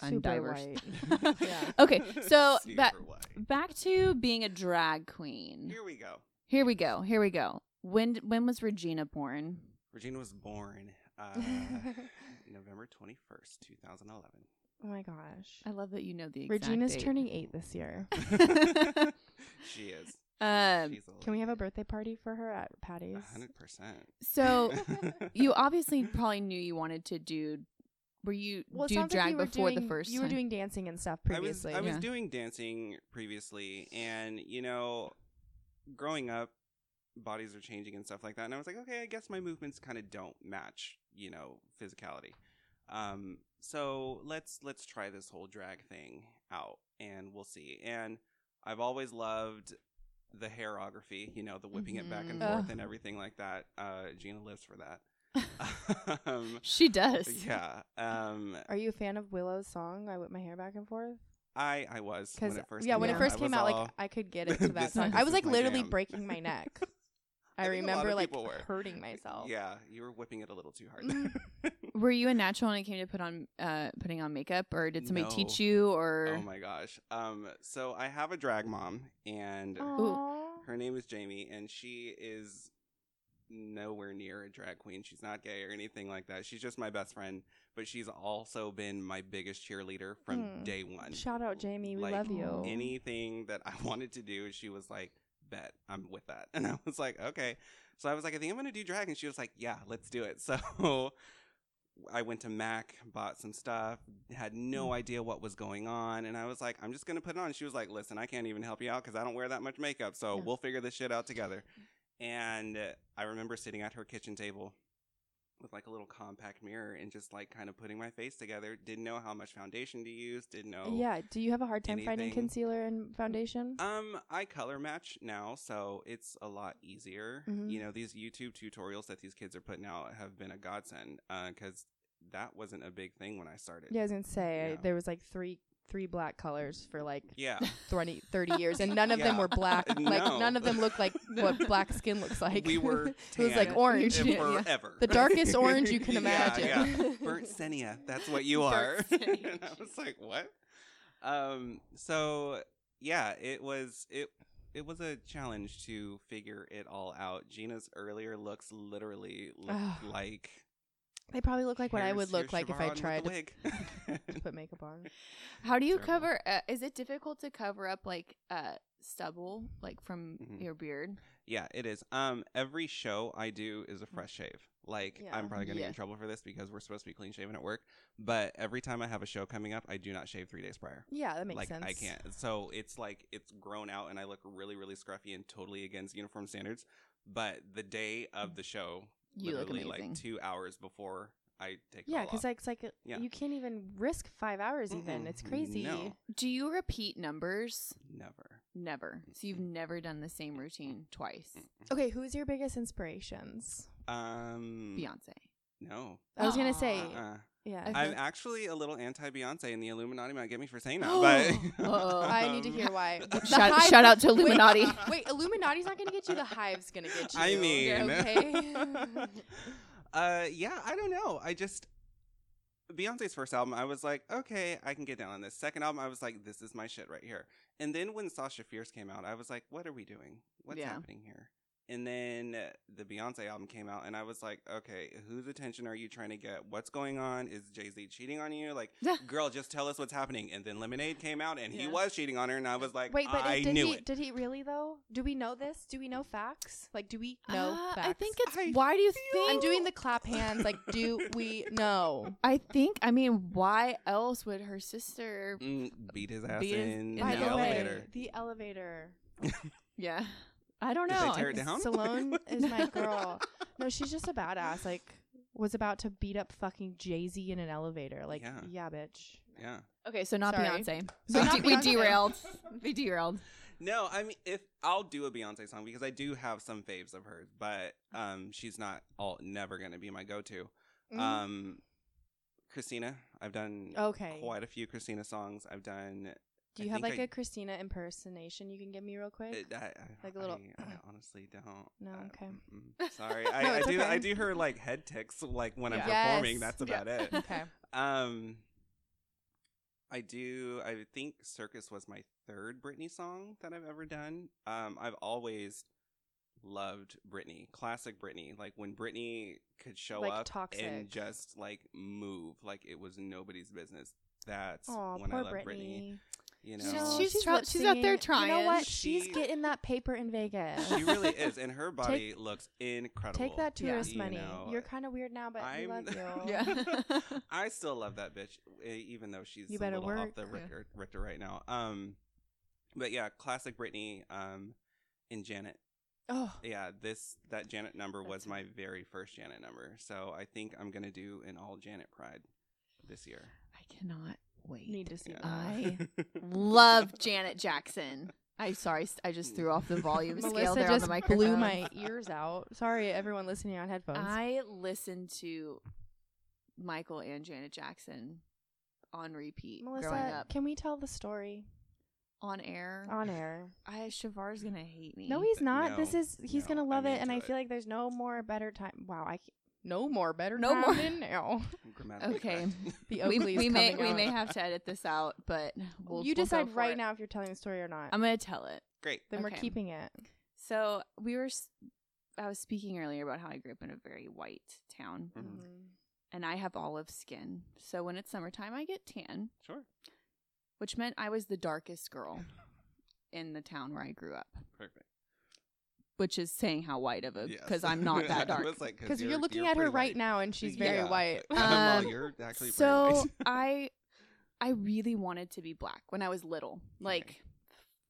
A: super
B: undiverse.
A: white. Yeah.
B: Okay, so
C: Super
B: back
C: white.
B: back to being a drag queen.
C: Here we go.
B: Here we go. Here we go. When when was Regina born?
C: Regina was born uh, November 21st, 2011.
A: Oh my gosh,
B: I love that you know the exact
A: Regina's
B: date.
A: turning eight this year.
C: she is.
B: Um,
C: She's a
A: Can we have a
C: lady.
A: birthday party for her at Patty's?
C: 100%.
B: So you obviously probably knew you wanted to do. Were you
A: Well, it
B: do
A: sounds like
B: drag
A: you were
B: before
A: doing-
B: the first?
A: You were
B: time?
A: doing dancing and stuff previously.
C: I was, I
B: Yeah.
C: was doing dancing previously, and you know, growing up, bodies are changing and stuff like that. And I was like, okay, I guess my movements kind of don't match, you know, physicality. Um, so let's let's try this whole drag thing out, and we'll see. And I've always loved the hairography, you know, the whipping it back
B: Mhm.
C: and forth
A: Mm-hmm. Ugh.
C: and everything like that. Uh, Gina lives for that. um,
B: She does.
C: yeah. Um,
A: Are you a fan of Willow's song? I whip my hair back and forth.
C: I I was
A: Because
C: when it first
A: yeah,
C: came
A: when
C: out,
A: it
B: I
A: first
C: was
A: came out,
C: all-
A: like I could get into that
C: This-
A: song.
C: this
A: I was
C: is
A: like
C: my
A: literally
C: jam.
A: breaking my neck. I,
C: think a lot
A: remember
C: of
A: like
C: people were.
A: hurting myself.
C: Yeah, you were whipping it a little too hard.
A: Mm.
B: Were you a natural when it came to put on uh, putting on makeup, or did somebody
C: No.
B: teach you? Or
C: oh my gosh. Um, so I have a drag mom, and
A: Aw.
C: her name is Jamie, and she is nowhere near a drag queen. She's not gay or anything like that. She's just my best friend, but she's also been my biggest cheerleader from
A: Mm.
C: day one.
A: Shout out Jamie, we
C: Like,
A: love you.
C: anything that I wanted to do, she was like, "Bet I'm with that," and I was like, "Okay." So I was like, "I think I'm gonna do drag," and she was like, "Yeah, let's do it." So I went to Mac, bought some stuff, had no idea what was going on, and I was like, "I'm just gonna put it on." She was like, "Listen, I can't even help you out because I don't wear that much makeup, so
B: Yeah.
C: we'll figure this shit out together." And uh, I remember sitting at her kitchen table with like a little compact mirror and just like kind of putting my face together. Didn't know how much foundation to use. Didn't know.
A: Yeah. Do you have a hard time finding
C: oh, anything.
A: concealer and foundation?
C: Um, I color match now, so it's a lot easier.
A: Mhm.
C: You know, these YouTube tutorials that these kids are putting out have been a godsend because that wasn't a big thing when I started.
A: yeah, I was gonna say I-
C: yeah.
A: there was like three three black colors for like
C: Yeah.
A: 20, 30 years, and none of them
C: Yeah.
A: were black. Like
C: No.
A: none of them looked like what black skin looks like.
C: we were
A: it was like
C: tan
A: orange,
C: and
B: Yeah.
C: forever.
A: the darkest orange you can
C: Yeah,
A: imagine.
C: yeah. burnt senia. That's what you are.
B: Burnt senia.
C: and I was like, what? Um. So yeah, it was it. It was a challenge to figure it all out. Gina's earlier looks literally looked
A: Ugh.
C: like
A: They probably look like what I
C: here's-
A: would
C: here's
A: look like if I
C: Siobhan with a
A: tried to
C: wig.
A: to put makeup on.
B: how do you
C: Terrible.
B: cover? Uh, is it difficult to cover up like uh, stubble, like from
C: Mhm.
B: your beard?
C: yeah, it is. Um, every show I do is a fresh shave. Like
A: Yeah.
C: I'm probably gonna get
B: Yeah.
C: in trouble for this because we're supposed to be clean shaven at work. But every time I have a show coming up, I do not shave three days prior.
A: Yeah, that makes
C: like
A: sense.
C: I can't. So it's like it's grown out, and I look really, really scruffy and totally against uniform standards. But the day of the show,
B: You look
C: literally
B: amazing.
C: like two hours before I take. it
A: Yeah,
C: all
A: because
C: off.
A: like, it's like uh,
C: Yeah.
A: you can't even risk five hours. Even
C: Mm-mm.
A: it's crazy.
C: No,
B: Do you repeat numbers?
C: never.
B: Never. So you've never done the same routine twice.
A: Okay, who's your biggest inspirations?
C: Um,
B: Beyonce.
C: no.
A: I was gonna
B: Aw.
A: say,
C: Uh-uh.
A: yeah.
B: I
C: I'm
B: feel-
C: actually a little anti Beyonce, and the Illuminati might get me for saying that. But Um,
B: Uh-oh.
A: I need to hear why. The
B: Shout-
A: hive-
B: shout out to
A: Wait,
B: Illuminati.
A: Wait, Illuminati's not gonna get you. The hive's gonna get you.
C: I mean,
A: okay.
C: uh, yeah, I don't know. I just Beyonce's first album, I was like, okay, I can get down on this. Second album, I was like, this is my shit right here. And then when Sasha Fierce came out, I was like, what are we doing? What's
B: Yeah.
C: happening here? And then uh, the Beyonce album came out, and I was like, okay, whose attention are you trying to get? What's going on? Is Jay Z cheating on you? Like, girl, just tell us what's happening. And then Lemonade came out, and he
B: Yeah.
C: was cheating on her, and I was like,
A: Wait, but
C: I
A: did
C: knew
A: he
C: it.
A: did he really though? Do we know this? Do we know facts? Like, do we know
B: Uh,
A: facts?
B: I think it's.
C: I
B: why do you
C: feel-
B: think?
A: I'm doing the clap hands. Like, do we know?
B: I think. I mean, why else would her sister?
C: Mm, beat his ass
B: Beat his-
C: in,
B: By
C: the,
B: the way,
C: elevator.
A: the elevator.
B: Yeah. I don't
C: Did they
B: know.
C: tear it down?
A: Stallone is my girl. No, she's just a badass. Like, was about to beat up fucking Jay Z in an elevator. Like, yeah,
C: Yeah.
A: bitch.
C: Yeah.
B: Okay, so not
A: Sorry.
B: Beyonce.
A: So
B: we,
A: not
B: de- we
A: Beyonce.
B: derailed. We derailed.
C: No, I mean if I'll do a Beyonce song because I do have some faves of hers, but um she's not all never gonna be my go to.
A: Mm.
C: Um Christina. I've done
A: Mm-hmm. okay.
C: quite a few Christina songs. I've done
A: Do
C: I
A: you have
C: think
A: like
C: I-
A: a Christina impersonation you can give me real quick?
C: it, I, I,
A: Like a little-
C: I, I honestly don't.
A: No,
C: I-
A: okay.
C: mm-mm. Sorry.
A: No,
C: I, I
A: it's
C: do I
A: okay.
C: do her like head ticks like when I'm
A: Yeah.
C: performing,
A: Yes.
C: that's
B: Yeah.
C: about it.
A: okay.
C: Um, I do. I think "Circus" was my third Britney song that I've ever done. Um, I've always loved Britney, classic Britney. Like when Britney could show
A: Like
C: up
A: Toxic.
C: and just like move, like it was nobody's business. That's
A: Oh,
C: when I
A: poor
C: love Britney.
A: Brittany.
C: You
B: She's-
C: know,
B: she's try-
A: lip
B: she's out there
A: singing. You know
B: trying.
A: what?
C: She-
A: she's getting that paper in Vegas.
C: she really is, and her body looks incredible.
A: Take that
B: Yeah.
A: tourist
C: You
A: money.
C: know,
A: You're kind of weird now, but we
C: I'm-
A: love you.
B: Yeah.
C: I still love that bitch, e- even though she's
A: You
C: a
A: better
C: little
A: work.
C: off the
A: Yeah.
C: Richter, Richter right now. Um, but yeah, classic Britney. Um, and Janet.
A: Oh,
C: Yeah, this that Janet number was
A: That's
C: my very first Janet number, so I think I'm gonna do an all Janet Pride this year.
B: I cannot wait.
A: need to see
C: Yeah.
A: that.
B: I Love Janet Jackson. I'm sorry, I just threw off the volume scale
A: Melissa
B: there on the
A: just
B: microphone.
A: blew my ears out. Sorry, everyone listening on headphones.
B: I listened to Michael and Janet Jackson on repeat growing
A: Melissa,
B: up
A: can we tell the story
B: on air.
A: on air?
B: I Shavar's gonna hate me.
A: No, he's not. this
C: No,
A: is he's
C: no,
A: gonna
C: I'm
A: love it, and
C: into
A: I
C: it.
A: feel like there's no more better time. Wow, I c- no more better
B: No
A: time
B: more.
A: than now.
C: Grammatically
B: Okay.
C: correct.
A: The
B: we,
A: Oakley's
B: we may
A: coming
B: we may
A: out.
B: have to edit this out, but
A: you
B: we'll, we'll go
A: decide
B: for
A: right
B: it.
A: now if you're telling the story or not.
B: I'm gonna tell it.
C: Great.
A: then we're
B: okay.
A: keeping it.
B: So we were. s- I was speaking earlier about how I grew up in a very white town,
A: Mm-hmm.
C: Mhm.
B: and I have olive skin. So when it's summertime, I get tan,
C: Sure.
B: which meant I was the darkest girl in the town where I grew up.
C: Perfect.
B: Which is saying how white
A: Uh,
B: of a
C: Yes.
B: because I'm not that
C: I
B: dark.
C: was like,
A: Because you're, looking at her
C: pretty
A: right
C: white.
A: now, and she's very
C: Yeah.
A: white.
C: I'm all,
B: Um,
C: you're actually pretty
B: so
C: white."
B: i i really wanted to be black when i was little like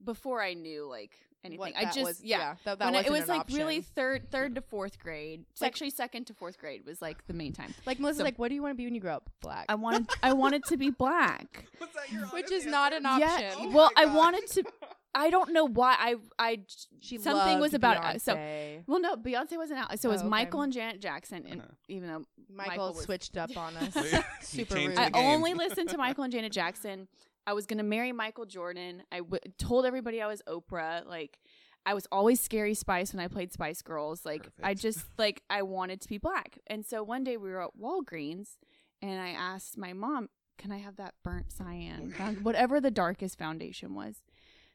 B: before i knew like anything
A: What
B: i
A: that
B: just
A: was,
B: yeah,
A: that, that
B: When I-
A: wasn't
B: it was
A: an
B: like
A: option.
B: really third third to fourth grade
A: Like-
B: actually second to fourth grade was like the main time
A: like Melissa's
B: so-
A: like, what do you want to be when you grow up? Black.
B: i wanted i wanted to be black
C: Was that your
A: Which is
C: honest
A: not
C: answer?
A: an op-
B: yeah
A: option. Oh
B: well
C: my
B: i
C: God.
B: wanted to i don't know why i i
A: she
B: something was
A: loved
B: about it. So-
A: Beyonce.
B: well no beyonce wasn't out so
A: Oh,
B: it was
A: okay. Uh-huh.
B: michael and janet jackson and
C: Okay.
B: even though Michael
A: Michael
B: was-
A: switched up on us.
C: He
A: Super rude.
C: changed the
B: I
A: Good
C: game.
B: only listened to Michael and Janet Jackson. I was gonna marry Michael Jordan. I w- told everybody I was Oprah. Like, I was always Scary Spice when I played Spice Girls. Like, I
C: Perfect.
B: just like I wanted to be black. And so one day we were at Walgreens, and I asked my mom, "Can I have that burnt cyan, found- whatever the darkest foundation was?"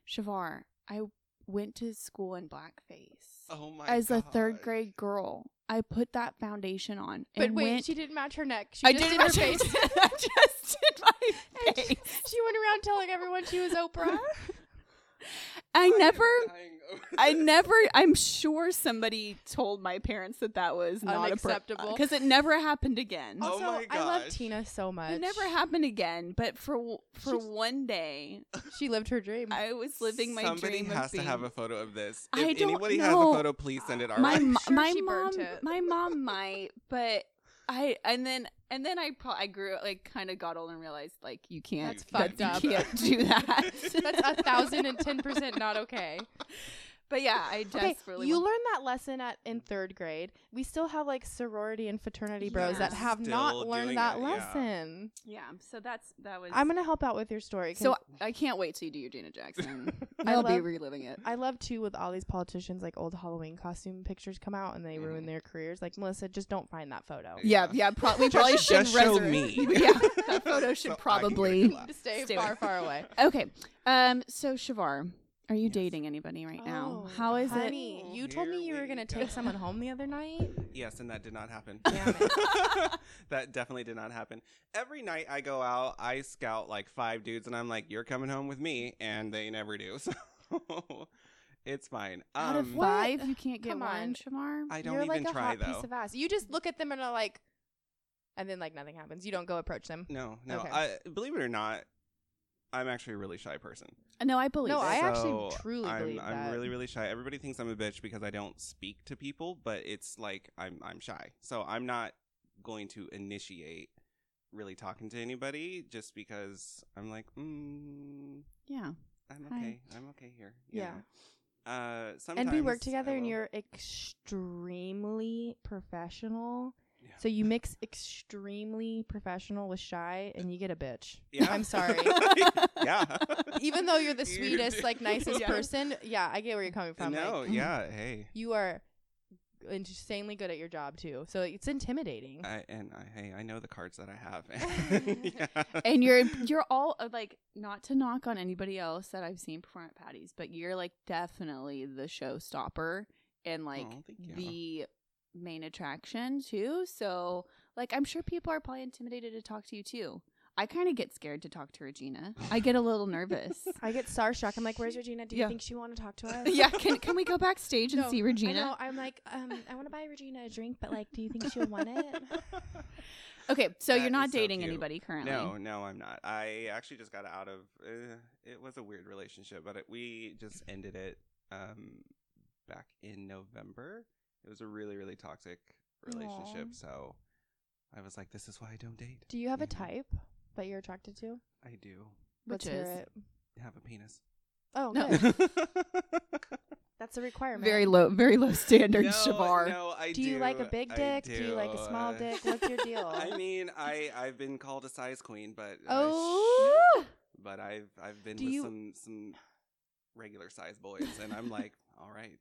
B: Shavar, I went to school in blackface
C: Oh my
B: as a third
C: God.
B: grade girl. I put that foundation on.
A: But
B: and
A: wait,
B: went-
A: she didn't match her neck. She just
B: my
A: her face.
B: I just did my
A: she, she went around telling everyone she was Oprah.
B: I
C: am
B: never,
C: dying over
B: I
C: this.
B: never. I'm sure somebody told my parents that that was not
A: Unacceptable.
B: because it never happened again.
C: Oh
A: also,
C: my
A: I love
C: gosh.
A: Tina so much.
B: It never happened again. But for w- for
A: She's- Um,
B: one day,
A: She lived her dream.
B: I was living my
C: Somebody
B: dream.
C: has
B: of being,
C: to have a photo of this. If
B: I don't
C: anybody has
B: know.
C: a photo, please send it our
B: my
C: way.
B: mo-
A: sure
B: my
A: she burnt
B: mom
A: it.
B: my mom might but i and then and then i pro- i grew like kind of got old and realized like you can't
A: That's fucked
B: you
A: up.
B: can't do that
A: That's a thousand and ten percent not okay.
B: But yeah, I
A: Okay,
B: desperately
A: you
B: want-
A: learned that lesson at in third grade. We still have like sorority and fraternity bros that
B: Yeah.
A: have not
C: Still
A: learned
C: doing
A: that
C: it, yeah.
A: lesson.
B: Yeah, so that's that was
A: I'm gonna help out with your story.
B: So I can't wait till you do your Janet Jackson.
A: I
B: I'll be
A: love-
B: reliving it.
A: I love too with all these politicians, like old Halloween costume pictures come out and they ruin
C: Mhm.
A: their careers. Like Melissa, just don't find that photo.
B: yeah,
C: Yeah.
B: yeah. Pro- we probably
C: Just-
B: should
C: just show
B: resurrect-
C: me.
B: yeah, that photo
C: So
B: should
C: I can
B: probably.
C: get a
A: Stay
B: Stay
A: far,
B: away.
A: far away.
B: Okay. Um. So Shavar, are you
C: Yes.
B: dating anybody right now?
A: Oh,
B: How is it?
A: honey, You told me
C: Here
A: you were
C: we
A: gonna
C: go.
A: take someone home the other night.
C: Yes, and that did not happen.
A: Damn
C: that definitely did not happen. Every night I go out, I scout like five dudes, and I'm like, "You're coming home with me," and they never do. So it's fine.
B: Out of
C: Um,
A: what?
B: five, you can't get
A: Come
B: one,
A: on.
B: Shamar.
C: I don't
A: You're
C: even
A: like a
C: try
A: hot
C: though.
A: piece of ass. You just look at them and are like, and then like nothing happens. You don't go approach them.
C: no, no.
A: Okay.
C: I, believe it or not, I'm actually a really shy person.
B: no, I believe.
A: No,
B: it.
A: I actually
C: So,
A: truly
C: I'm,
A: believe
C: I'm
A: that.
C: really, really shy. Everybody thinks I'm a bitch because I don't speak to people, but it's like I'm I'm shy. So I'm not going to initiate really talking to anybody just because I'm like, mm,
B: yeah.
C: I'm
B: Hi.
C: okay. I'm okay here. you
A: Yeah.
C: know? Uh, sometimes
A: and we work
C: I
A: together, and
C: will-
A: you're extremely professional.
C: Yeah.
A: So you mix extremely professional with shy, and you get a bitch.
C: Yeah.
A: I'm sorry.
C: yeah.
A: Even though you're the
C: You
A: sweetest,
C: do.
A: like nicest
B: Yeah.
A: person, yeah, I get where you're coming from.
C: no,
A: Like,
C: yeah, hey.
A: you are insanely good at your job too, so it's intimidating.
C: I, and I, hey, I know the cards that I have. yeah.
B: and you're you're all uh, like not to knock on anybody else that I've seen perform at Patty's, but you're like definitely the showstopper and like
C: Aw, Oh, thank you.
B: the main attraction too. So like I'm sure people are probably intimidated to talk to you too. I kind of get scared to talk to Regina. I get a little nervous.
A: I get starstruck. I'm like, "Where's Regina? Do you
B: Yeah.
A: think she want to talk to us?"
B: yeah, can can we go backstage and
A: No,
B: see
A: I know.
B: Regina?
A: I'm like, um, I want to buy Regina a drink, but like, do you think she'll want it?
B: Okay, so
C: That
B: you're not
C: is so
B: dating
C: cute.
B: anybody currently.
C: No, no, I'm not. I actually just got out of. Uh, it was a weird relationship, but it, we just ended it um, back in November. It was a really, really toxic relationship.
A: Aw.
C: So I was like, "This is why I don't date."
A: Do you have a
C: Yeah.
A: type that you're attracted to?
C: I do
A: Let's
B: Which
A: hear
B: is
A: it.
C: have a penis.
A: Oh,
B: No.
A: good. That's a requirement.
B: very low, very low standard,
C: no,
B: Shavar.
C: no, I
A: Do you like a big
C: I
A: dick? Do you like a
C: do.
A: small
C: Uh,
A: dick? What's your deal?
C: I mean, I I've been called a size queen, but I sh-
A: Oh,
C: but I've I've been
A: Do
C: with
A: you-
C: some some regular size boys, and I'm like, all right,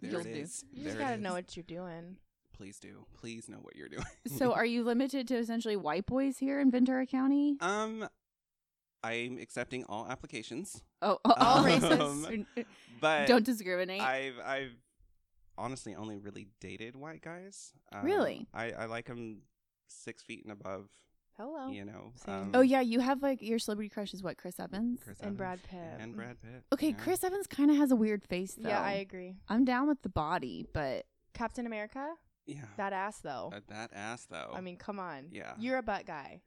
C: there
B: You'll
C: it
B: do.
C: is.
A: you
C: there
A: just
C: it
A: gotta know
C: is.
A: what you're doing.
C: Please do. Please know what you're doing.
B: So are you limited to essentially white boys here in Ventura County?
C: um, I'm accepting all applications,
B: oh, all, all
C: um,
B: races.
C: but
B: Don't discriminate.
C: I've I've honestly only really dated white guys. Um,
B: Really?
C: I I like them six feet and above.
A: Hello.
C: You know. um,
A: Same.
B: oh yeah, you have like your celebrity crush is what Chris Evans.
C: Chris
A: And
C: Evans
A: Brad Pitt.
C: and Brad Pitt.
B: Okay,
C: yeah.
B: Chris Evans kind of has a weird face though.
A: Yeah, I agree.
B: I'm down with the body, but
A: Captain America,
C: Yeah.
A: that ass though.
C: Uh, that ass though.
A: Oh. I mean, come on.
C: Yeah.
A: You're a butt guy.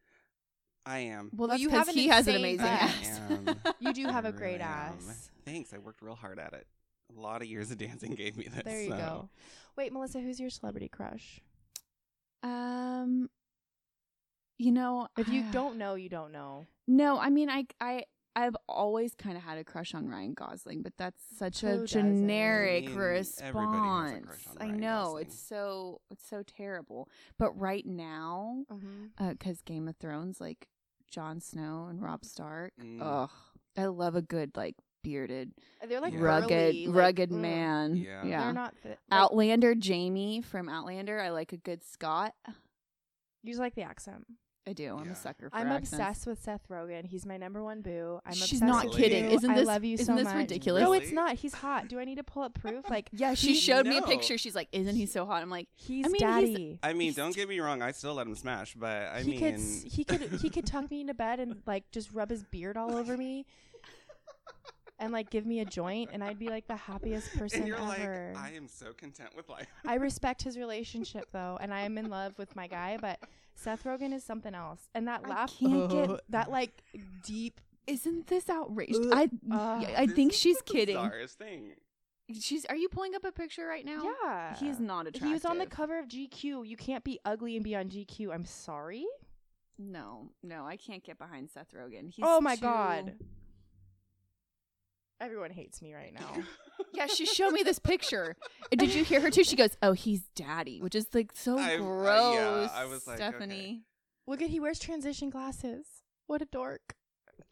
C: I am.
A: Well,
B: well, that's
A: you
B: because
A: have an
B: he has an
A: insane
B: amazing
A: butt.
B: ass.
C: I
A: You do have
C: I
A: a great
C: really am.
A: ass.
C: Thanks. I worked real hard at it. A lot of years of dancing gave me this.
A: There you
C: so.
A: go. Wait, Melissa, who's your celebrity crush?
B: um, you know,
A: If you
B: I-
A: don't know, you don't know.
B: no, I mean, I, I, I've always kind of had a crush on Ryan Gosling, but that's such
A: Who
B: a
A: doesn't?
B: generic
C: I mean, everybody has a crush on
B: response. I
C: Ryan
B: know
C: Gosling.
B: it's so, it's so terrible. But right now,
A: Mm-hmm.
B: because Uh, Game of Thrones, like Jon Snow and Rob Stark.
C: Mm.
B: Ugh, I love a good like bearded,
A: Uh, They're like
C: Yeah.
B: rugged,
A: burly, like,
B: rugged
A: mm.
B: man.
C: Yeah.
B: Yeah,
A: They're not thi- like,
B: Outlander Jamie from Outlander. I like a good Scot.
A: You just like the accent.
B: I do. I'm
C: Yeah.
B: a sucker for.
A: I'm
B: accents.
A: obsessed with Seth Rogen. He's my number one boo. I'm
B: She's
A: obsessed
B: not
A: with
B: kidding.
A: You.
B: Isn't
A: I
B: this-
A: love you so
B: isn't this
A: much.
B: ridiculous?
A: No,
C: Really?
A: it's not. He's hot. Do I need to pull up proof? Like
B: Yeah, she showed me a
C: No.
B: picture. She's like, "Isn't he so hot?" I'm like,
A: he's
B: I mean, he's-
A: daddy.
C: I mean, don't get me wrong. I still let him smash, but I
A: he
C: mean,
A: could s- he could he could tuck me into bed and like just rub his beard all over me, and like give me a joint, and I'd be like the happiest person
C: and you're
A: ever.
C: like, I am so content with life.
A: I respect his relationship though, and I am in love with my guy, but Seth Rogen is something else. And that
B: I
A: laugh,
B: can't
A: get
B: get-
A: that like deep.
B: "Isn't this outrageous?"
A: Ugh.
B: I,
A: Ugh.
B: I
C: This
B: think
C: is
B: she's
C: the
B: kidding.
C: Bizarrest thing.
B: She's. Are you pulling up a picture right now?
A: Yeah,
B: He's not attractive.
A: He was on the cover of GQ. You can't be ugly and be on GQ. I'm sorry.
B: No, no, I can't get behind Seth Rogen. He's
A: oh my
B: too-
A: god. everyone hates me right now.
B: Yeah, she showed me this picture. And Did you hear her too? She goes, "Oh, he's daddy," which is like so
C: I- I- yeah,
B: gross.
C: I was like, okay.
B: Stephanie.
A: Look at he wears transition glasses. What a dork.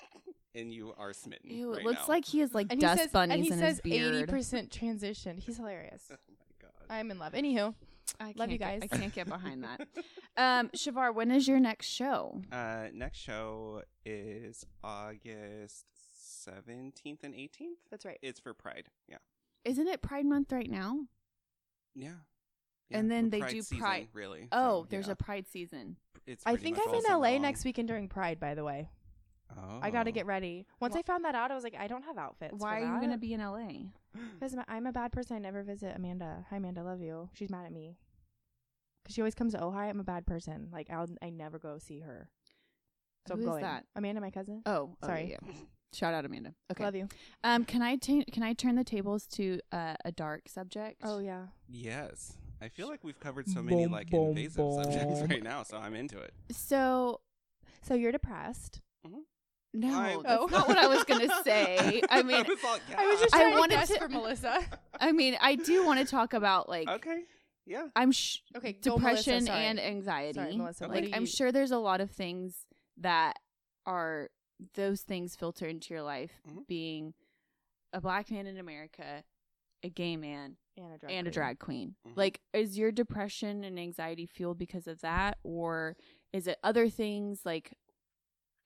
C: and you are smitten.
B: Ew, it
C: right
B: looks
C: now.
B: like he has like
A: And
B: dust
A: he says
B: bunnies
A: and he
B: in
A: says
B: his beard.
A: percent transitioned. He's hilarious.
C: Oh my god.
A: I'm in love. Anywho,
B: I
A: Love you
B: can't
A: guys.
B: get- I can't get behind that. Um, Shavar, when is your next show?
C: Uh, next show is August 17th and 18th.
A: that's right.
C: It's for Pride. Yeah.
B: Isn't it Pride Month right now?
C: Yeah.
B: And then
C: for
B: they
C: Pride
B: do
C: season,
B: Pride-
C: really.
B: Oh, there's a Pride season.
C: a. It's
A: I
C: pretty
A: think
C: much
A: I'm
C: all
A: in
C: summer
A: LA
C: long.
A: next weekend during Pride, by the way.
C: Oh.
A: I got to get ready. Once I found that out, I was like, I don't have outfits.
B: Why are you gonna be in LA?
A: Because I'm a bad person. I never visit Amanda. Hi, Amanda. Love you. She's mad at me. Because she always comes to Ojai. I'm a bad person. Like, I'll, I never go see her. So I'm
B: Who is
A: going.
B: that?
A: Amanda, my cousin.
B: Oh, oh,
A: Sorry.
B: yeah, yeah. Shout out Amanda. Okay.
A: Love you.
B: Um, can I ta- can I turn the tables to uh, a dark subject?
A: Oh, yeah.
C: Yes. I feel like we've covered so many
A: Boom,
C: like
A: boom,
C: invasive subjects
A: boom.
C: right now, so I'm into it.
B: So
A: So you're depressed.
B: no,
C: I'm-
B: that's not what I was gonna say. I mean,
C: was all-
A: I was just
C: yeah.
B: I
A: trying
B: wanted
A: to guess
B: to-
A: for Melissa.
B: I mean, I do want to talk about like
C: okay. Yeah.
B: I'm sh-
A: Okay, go,
B: depression
A: Melissa, sorry.
B: and anxiety.
A: Sorry, Melissa.
C: Okay.
A: what do
B: like I'm
A: you-
B: sure there's a lot of things that are those things filter into your life
C: Mhm.
B: being a black man in America, a gay man,
A: And a drag.
B: and a
A: queen.
B: drag queen.
C: Mhm.
A: Mm-hmm.
B: Like, is your depression and anxiety fueled because of that, or is it other things? Like,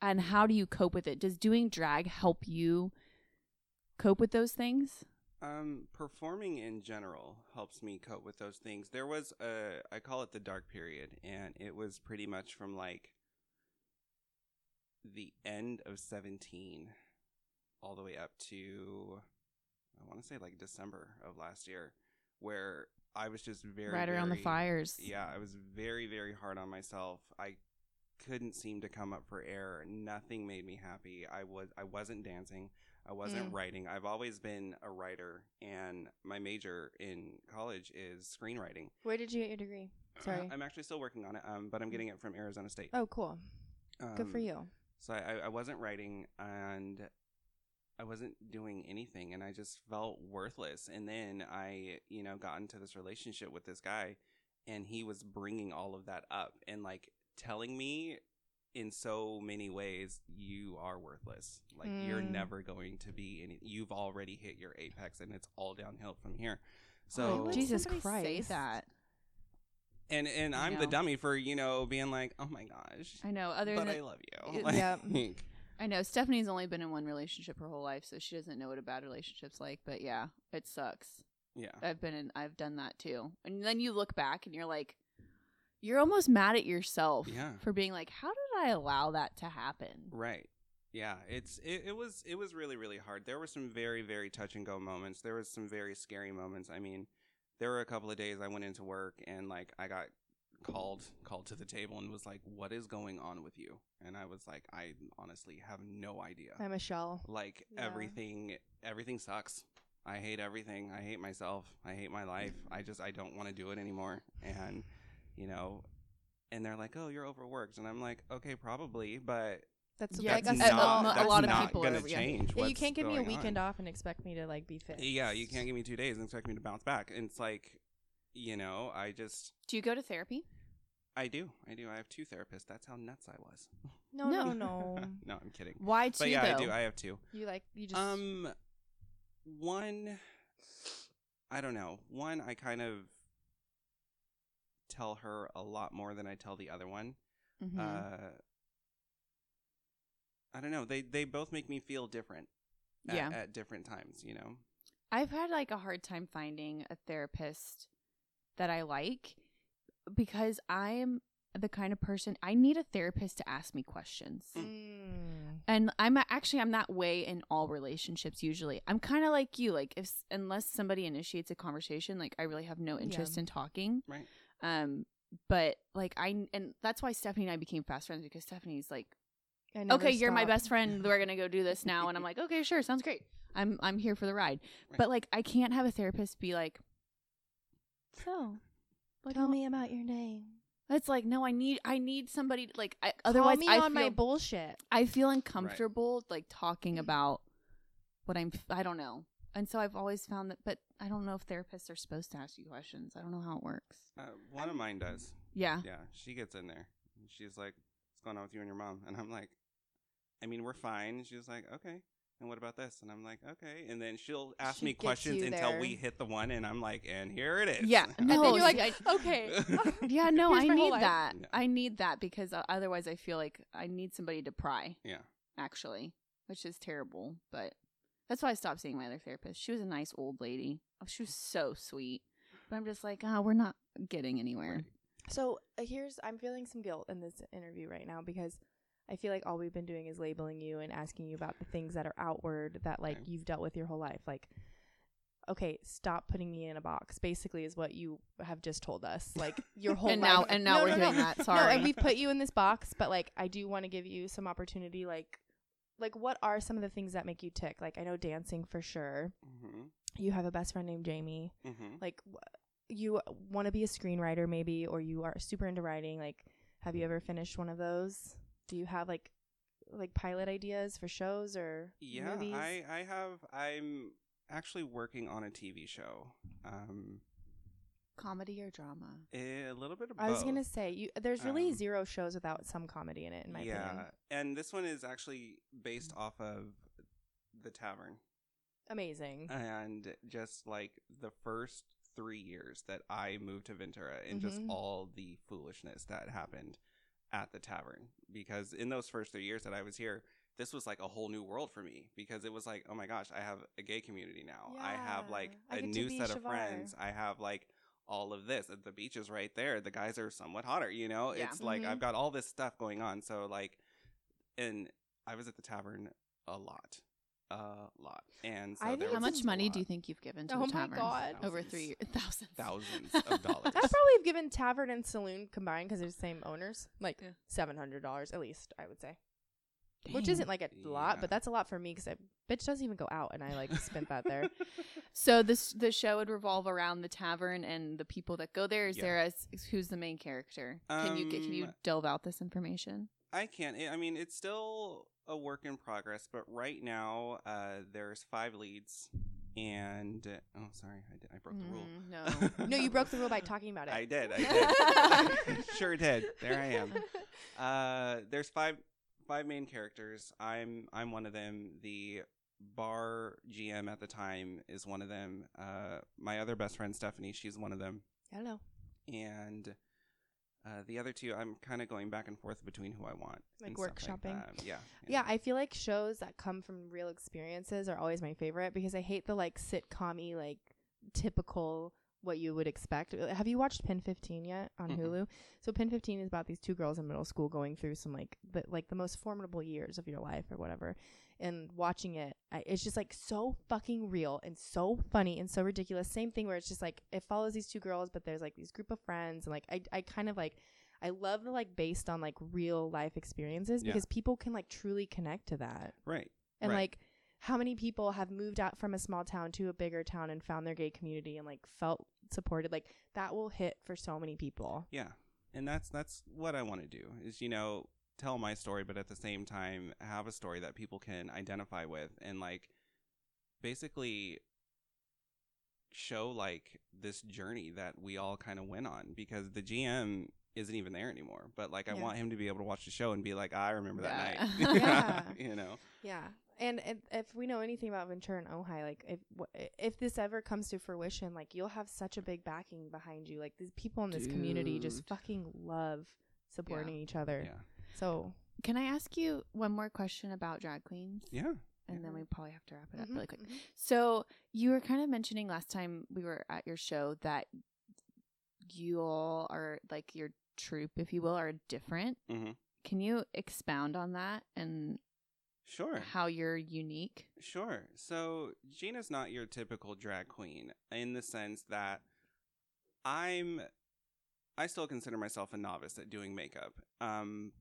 B: and how do you cope with it? Does doing drag help you cope with those things?
C: Um, performing in general helps me cope with those things. There was a, I call it the dark period, and it was pretty much from like the end of 17 all the way up to, I want to say like December of last year, where I was just very,
B: right around the
C: very-
B: fires.
C: Yeah, I was very, very hard on myself. I couldn't seem to come up for air. Nothing made me happy. I was I wasn't dancing. I wasn't
A: Mm.
C: writing. I've always been a writer and my major in college is screenwriting.
A: Where did you get your degree? Sorry. Mm.
C: I'm actually still working on it, um, but I'm getting it from Arizona State.
A: Oh, cool. Good for
C: Um,
A: you.
C: so I, I- I wasn't writing and I wasn't doing anything and I just felt worthless. And then I, you know, got into this relationship with this guy and he was bringing all of that up and like telling me in so many ways you are worthless. Like you're
A: Mm.
C: never going to be any you've already hit your apex and it's all downhill from
A: Why
C: here. So
A: would
B: Jesus
A: somebody say
B: Christ.
A: that?
C: and and
B: I
C: I'm the
B: know.
C: dummy for, you know, being like, "Oh my gosh."
B: I know. Other
C: But
B: than
C: I love you.
B: it-
C: Like,
A: Yep.
B: I know Stephanie's only been in one relationship her whole life, so she doesn't know what a bad relationship's like. But yeah, it sucks.
C: yeah.
B: I've been in. I've done that too. And then you look back and you're like, you're almost mad at yourself
C: Yeah.
B: for being like, how did I allow that to happen?
C: Right. Yeah, it's it, it was it was really really hard. There were some very very touch and go moments. There was some very scary moments. I mean, there were a couple of days I went into work and like I got called called to the table and was like, "What is going on with you?" And I was like, "I honestly have no idea."
A: I'm a shell.
C: Like
A: Yeah.
C: everything everything sucks. I hate everything. I hate myself. I hate my life. I just I don't want to do it anymore. And you know, and they're like, "Oh, you're overworked." And I'm like, "Okay, probably, but
A: That's
B: Yeah,
A: like
C: that's
A: a
B: a-
A: small.
B: mo-
C: not,
B: a lot of
C: that's not
B: people are-
C: gonna
B: yeah.
C: change.
A: Yeah, you
C: what's
A: can't give me a
C: going
A: weekend
C: on.
A: off and expect me to like be fit.
C: Yeah, you can't give me two days and expect me to bounce back. And it's like, you know, I just,
B: Do you go to therapy?
C: I do, I do. I have two therapists. That's how nuts I was.
A: No,
B: No.
A: no, no.
C: no, I'm kidding.
B: Why two
C: But yeah,
B: though?
C: I do. I have two.
A: you like you just.
C: Um, one, I don't know. One, I kind of tell her a lot more than I tell the other one.
B: Mhm.
C: Uh, I don't know. They they both make me feel different. At,
B: Yeah.
C: At different times, you know.
B: I've had like a hard time finding a therapist that I like because I'm the kind of person I need a therapist to ask me questions.
A: mm.
B: and i'm a- actually i'm that way in all relationships usually i'm kind of like you like if s- unless somebody initiates a conversation like i really have no
A: Yeah.
B: interest in talking
C: Right.
B: um but like i and that's why stephanie and i became fast friends because stephanie's like
A: I never
B: okay you're my
A: stop.
B: best friend we're gonna go do this now and i'm like okay sure sounds great i'm i'm here for the ride
C: Right.
B: but like i can't have a therapist be like so what do
A: Tell
B: you want?"
A: me about your name.
B: it's like no i need i need somebody to- like I,
A: Otherwise,
B: otherwise
A: Call me
B: i
A: on my
B: feel-
A: bullshit. Mm-hmm.
B: I feel uncomfortable like talking about what I'm f- I don't know. And so I've always found that but I don't know if therapists are supposed to ask you questions. I don't know how it works.
C: Uh, one of mine does.
A: Uh.
B: Yeah.
C: Yeah, she gets in there. And she's like, "What's going on with you and your mom?" And I'm like, "I mean, we're fine." And she's like, "Okay." And what about this? And I'm like, "Okay." And then she'll ask
A: She
C: me
A: gets
C: questions
A: you
C: until
A: there.
C: we hit the one, and I'm like, "And here it is."
B: Oh, Yeah,
A: And then
B: No,
A: you're like,
B: see,
A: okay.
B: Yeah, no,
A: Here's
B: I
A: my whole
B: need
A: life.
B: that.
C: Yeah.
B: I need that because uh, otherwise I feel like I need somebody to pry,
C: yeah.
B: actually, which is terrible, but that's why I stopped seeing my other therapist. She was a nice old lady. Oh, she was so sweet. But I'm just like, ah, we're not getting anywhere.
A: So uh, here's I'm feeling some guilt in this interview right now because I feel like all we've been doing is labeling you and asking you about the things that are outward that like
C: Okay.
A: you've dealt with your whole life. Like, okay, stop putting me in a box. Basically, is what you have just told us. Like your whole
B: and
A: life.
B: now and now
A: No,
B: we're
A: no, no.
B: doing that.
A: No,
B: Sorry.
A: and we've put you in this box, but like I do want to give you some opportunity. Like, like what are some of the things that make you tick? Like I know dancing for sure.
C: Mm-hmm.
A: You have a best friend named Jamie
C: Mm-hmm.
A: like wh- you want to be a screenwriter maybe or you are super into writing like have you ever finished one of those do you have like like pilot ideas for shows or
C: Yeah,
A: movies
C: I, I have. I'm actually working on a TV show. Um,
B: Comedy or drama?
C: eh, a little bit of
A: I was gonna
C: both.
A: say you there's really
C: Um,
A: zero shows without some comedy in it in my
C: yeah,
A: opinion
C: and this one is actually based off of the tavern.
A: amazing
C: and just like the first three years that I moved to Ventura and just
A: Mhm.
C: all the foolishness that happened at the tavern. Because in those first three years that I was here, this was like a whole new world for me because it was like, oh my gosh, I have a gay community now. I have
A: Yeah.
C: like
A: I
C: a
A: get to
C: new
A: be
C: set of
A: Shavar.
C: friends. I have like all of this. The beach is right there. The guys are somewhat hotter, you know?
B: Yeah.
C: It's like
A: Mhm.
C: I've got all this stuff going on. So like and I was at the tavern a lot. A lot. And so
A: I
C: there
A: think
C: was
B: How much
C: just a
B: money do
C: lot.
B: you think you've given to
A: Oh
B: the
A: my
B: tavern?
A: God.
B: Over three years. Thousands.
C: Thousands of
A: I'd
C: dollars.
A: probably have given tavern and saloon combined because they're the same owners like
B: Yeah.
A: seven hundred dollars at least I would say which
B: Dang.
A: isn't like a lot
C: Yeah.
A: but that's a lot for me because bitch doesn't even go out and I like spent that there
B: So this the show would revolve around the tavern and the people that go there. Is
C: Yeah.
B: there as who's the main character? can you get can you
C: Um,
B: delve out this information?
C: I can't. I mean, it's still a work in progress, but right now uh, there's five leads, and oh, sorry, I, did, I broke the rule.
B: Mm, No.
A: Mm. Oh. no you broke the rule by talking about it
C: I did. I did. I sure did. There I am. Uh, there's five five main characters. I'm I'm one of them. The bar GM at the time is one of them. Uh, my other best friend Stephanie, she's one of them.
A: hello
C: and uh, the other two, I'm kind of going back and forth between who I want,
A: Like
C: and stuff
A: workshopping?
C: that. yeah,
A: Yeah, I feel like shows that come from real experiences are always my favorite because I hate the like sitcom like typical what you would expect. Uh, Have you watched Pin 15 yet on
C: Mm-mm.
A: Hulu? So Pin 15 is about these two girls in middle school going through some like the, like the most formidable years of your life or whatever. And watching it, I, it's just like so fucking real and so funny and so ridiculous. Same thing where it's just like it follows these two girls, but there's like these group of friends and like I I kind of like I love the like based on like real life experiences
C: Yeah.
A: because people can like truly connect to that.
C: right.
A: And
C: Right.
A: like how many people have moved out from a small town to a bigger town and found their gay community and like felt supported? Like that will hit for so many people.
C: Yeah, and that's that's what I want to do is you know tell my story, but at the same time have a story that people can identify with, and like basically show like this journey that we all kind of went on because the GM isn't even there anymore. But like I
A: Yeah.
C: want him to be able to watch the show and be like, I remember that
B: Yeah.
C: night.
A: Yeah.
C: you know.
A: Yeah. And, and if we know anything about Ventura and Ojai, like if wh- if this ever comes to fruition, like you'll have such a big backing behind you. Like these people in this community just
B: Dude.
A: fucking love supporting each other.
C: Yeah.
A: So
B: Can I ask you one more question about drag queens?
C: Yeah.
B: And then
A: Yeah.
B: we probably have to wrap it up
A: Mhm,
B: really quick.
A: mhm.
B: So you were kind of mentioning last time we were at your show that you all are like your troupe, if you will, are different.
C: Mm-hmm.
B: Can you expound on that and
C: Sure.
B: how you're unique?
C: Sure. So Gina's not your typical drag queen in the sense that I'm I still consider myself a novice at doing makeup. Um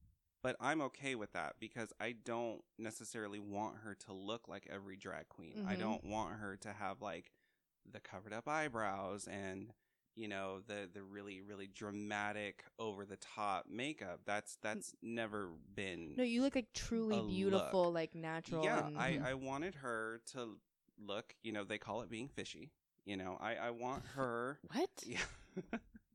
C: but I'm okay with that because I don't necessarily want her to look like every drag queen. I
A: Mhm.
C: don't want her to have like the covered up eyebrows and you know the the really really dramatic over the top makeup that's that's never been
A: No, you look like truly
C: A
A: beautiful,
C: look.
A: like natural.
C: yeah
A: and-
C: I, I wanted her to look you know they call it being fishy you know i i want her
B: What?
C: yeah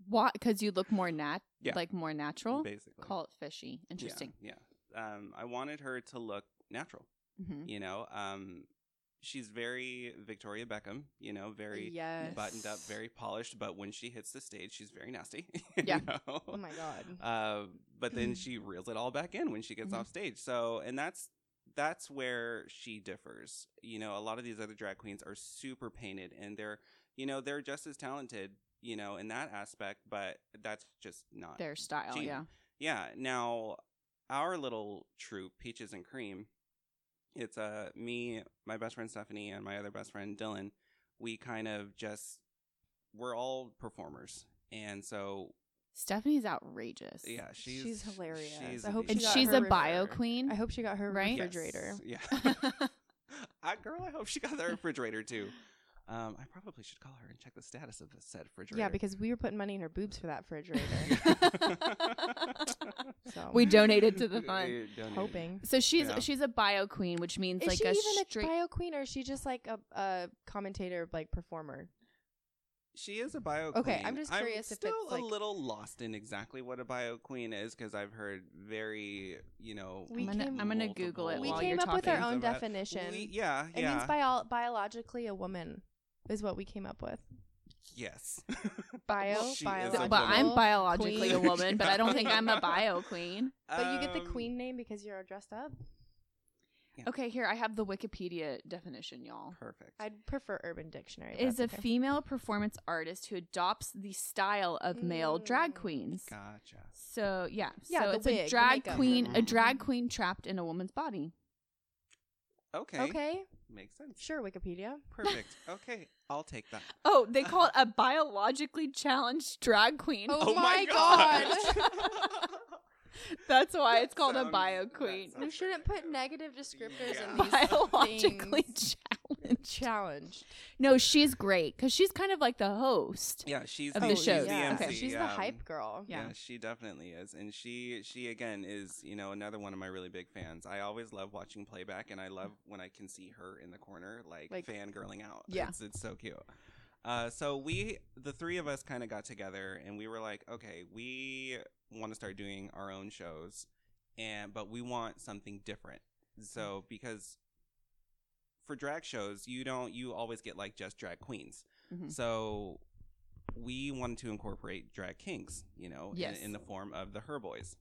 B: What? Because you look more nat,
C: Yeah.
B: like more natural.
C: basically
B: Call it fishy. Interesting.
C: yeah, yeah. um i wanted her to look natural
B: hmm
C: you know um she's very victoria beckham you know very
A: yes.
C: buttoned up very polished but when she hits the stage she's very nasty
B: Yeah.
C: you know?
A: Oh my god. Mm-hmm.
C: Uh, but then she reels it all back in when she gets
B: Mhm.
C: off stage. So, and that's that's where she differs. You know, a lot of these other drag queens are super painted, and they're you know they're just as talented. You know, in that aspect, but that's just not
B: Their style.
C: Gee.
B: Yeah.
C: yeah. Now, our little troupe, Peaches and Cream, it's uh me, my best friend Stephanie, and my other best friend Dylan. We kind of just we're all performers, and so
B: Stephanie's outrageous.
C: yeah, she's
A: She's hilarious.
C: she's
A: I hope she
C: the
B: And
A: got
C: best.
B: she's
A: her
B: a
A: refer-
B: bio queen.
A: I hope she got her
B: Right?
C: Yes,
A: refrigerator.
C: Yeah, I, girl, I hope she got that refrigerator too. Um, I probably should call her and check the status of the said refrigerator.
A: Yeah, because we were putting money in her boobs for that refrigerator. So
B: We donated to the fund.
C: You donated.
A: hoping.
B: So she's
C: Yeah.
B: she's a bio queen, which means
A: Is
B: like
A: she
B: a
A: even
B: straight.
A: a bio queen or is she just like a, a commentator, like performer?
C: She is a bio queen.
A: Okay, I'm just curious if
C: still
A: it's, like-
C: a little lost in exactly what a bio queen is because I've heard very, you know,
A: We
B: I'm gonna,
A: came-
B: I'm gonna Google it
A: We
B: while
A: came
B: you're
A: up
B: talking.
A: with our
C: things
A: own
C: about-
A: definition.
C: We- yeah,
A: It
C: yeah,
A: means bio- biologically a woman is what we came up with.
C: yes.
A: Bio,
C: She
A: bio.
C: is a
B: So, but I'm
C: woman.
B: biologically a
C: queen.
B: woman, but I don't think I'm a bio queen.
A: But you get the
C: Um,
A: queen name because you're dressed up.
B: Okay, here I have the Wikipedia definition, y'all.
C: Um, Perfect.
A: I'd prefer Urban Dictionary. but
B: Is a
A: that's okay.
B: female performance artist who adopts the style of male drag
A: Mm.
B: queens.
C: gotcha.
B: So yeah,
A: Yeah,
B: so
A: the
B: it's
A: wig,
B: a
A: the
B: drag
A: makeup.
B: queen, a
C: Mhm.
B: drag queen trapped in a woman's body.
C: Okay.
A: Okay,
C: Makes sense.
A: sure, Wikipedia.
C: Perfect. Okay, I'll take that.
B: Oh, they call it a biologically challenged drag queen.
A: Oh,
C: Oh
A: my,
C: my
A: god.
B: That's why
C: That
B: it's called a
C: sounds-
B: bio
C: that
B: queen.
C: sounds-
A: You shouldn't put negative descriptors
C: Yeah.
A: in these
B: Biologically
A: things.
B: challenged.
A: challenged.
B: No, she's great because she's kind of like the host.
C: Yeah, she's
B: Of the
C: she's
B: shows.
C: the
A: Oh, yeah.
C: MC,
B: Okay.
A: She's
C: yeah.
A: the hype girl.
C: Yeah. she definitely is, and she she again is you know another one of my really big fans. I always love watching playback, and I love when I can see her in the corner like,
A: Like-
C: fangirling out.
B: Yeah.
C: it's, it's so cute. Uh, so we the three of us kind of got together, and we were like, okay, we want to start doing our own shows, and but we want something different. So because for drag shows, you don't you always get like just drag queens.
B: Mhm.
C: So we wanted to incorporate drag kings, you know,
B: Yes.
C: in, in the form of the Her Boys.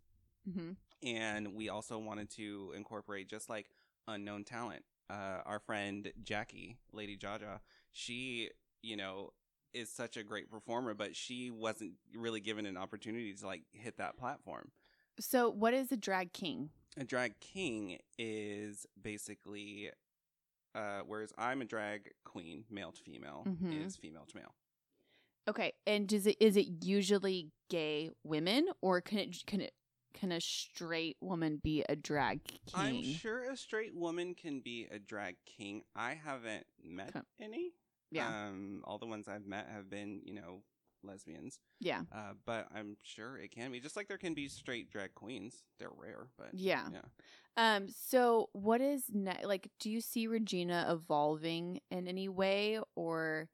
B: Mm-hmm.
C: And we also wanted to incorporate just like unknown talent. Uh, our friend Jackie, Lady Jaja, she, you know, is such a great performer, but she wasn't really given an opportunity to like hit that platform.
B: So, what is a drag king?
C: A drag king is basically, uh, whereas I'm a drag queen, male to female,
B: Mhm.
C: is female to male.
B: Okay, and does it is it usually gay women or can it can it can a straight woman be a drag king?
C: I'm sure a straight woman can be a drag king. I haven't met
B: Co-
C: any.
B: Yeah,
C: Um, all the ones I've met have been, you know, lesbians.
B: yeah,
C: Uh, but I'm sure it can be. Just like there can be straight drag queens. They're rare, but
B: yeah.
C: yeah.
B: Um. So, what is ne- like? Do you see Regina evolving in any way or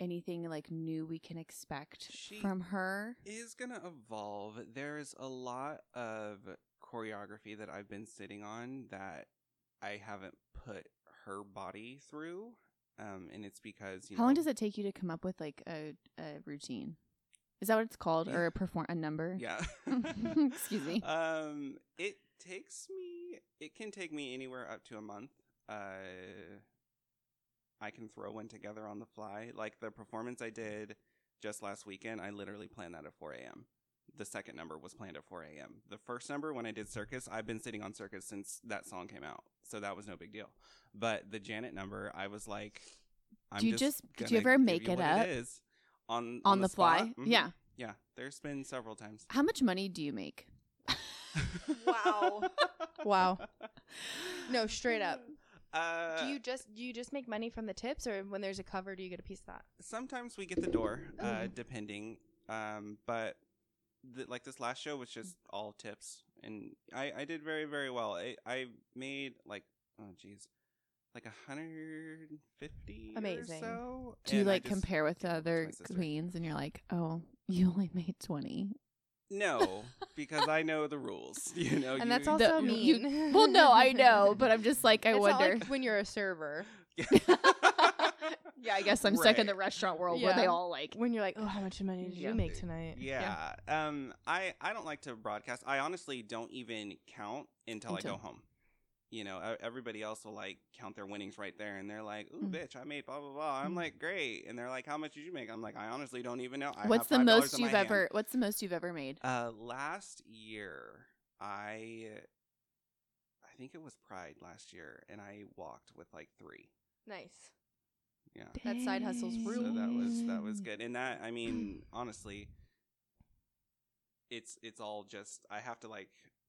B: anything like new we can expect
C: She-
B: from her?
C: Is gonna evolve. There's a lot of choreography that I've been sitting on that I haven't put her body through. Um, and it's because you
B: How
C: know,
B: long does it take you to come up with like a, a routine? Is that what it's called, or
C: Yeah.
B: a perform a number?
C: Yeah.
B: Excuse me.
C: Um, it takes me. It can take me anywhere up to a month. Uh, I can throw one together on the fly. Like the performance I did just last weekend, I literally planned that at 4 a.m. The second number was planned at 4 a.m. The first number, when I did Circus, I've been sitting on Circus since that song came out, so that was no big deal. But the Janet number, I was like, I'm
B: you
C: just,
B: just- did you
C: gonna
B: ever
C: give
B: make
C: you
B: it
C: what
B: up?
C: It is on
B: On, the, fly.
C: spot. Mhm.
B: Yeah.
C: yeah. There's been several times.
B: How much money do you make?
A: Wow. Wow. No, straight up.
C: Uh,
A: do you just do you just make money from the tips, or when there's a cover, do you get a piece of that?
C: sometimes we get the door, uh,
A: Oh.
C: depending. Um, but th- like this last show was just all tips, and I I did very very well. I I made like oh geez, like a hundred fifty.
A: Amazing.
C: Or so,
B: Do you
C: and I
B: like
C: just-
B: compare with the
C: gave it to
B: other
C: my sister.
B: queens and you're like, oh, you only made 20?
C: No, because I know the rules. Oh, You know,
A: and that's
C: you-
A: also
B: The- you-
A: mean.
B: Well, no, I know, but I'm just like, I
A: it's not
B: wonder.
A: like when you're a server,
B: yeah, I guess I'm stuck in the
C: Right.
B: restaurant world where
A: Yeah.
B: they all like.
A: when you're like, oh, how much money did
B: Yeah.
A: you make tonight?
C: Yeah. Um I I don't like to broadcast. I honestly don't even count until, I
B: Until-
C: go home. You know, e- everybody else will like count their winnings right there and they're like, "Ooh,
B: Mm.
C: bitch, I made blah blah blah." I'm
B: Mm.
C: like, "Great." And they're like, "How much did you make?" I'm like, "I honestly don't even know." I
B: What's
C: have
B: the
C: $5
B: most
C: in my
B: you've
C: hand."
B: ever? What's the most you've ever made?
C: Uh last year, I I think it was Pride last year and I walked with like 3.
A: Nice.
C: Yeah.
A: That side hustle's
B: Dang.
C: So that was that was
B: Dang.
C: good. And that I mean, honestly, it's it's all just I have to like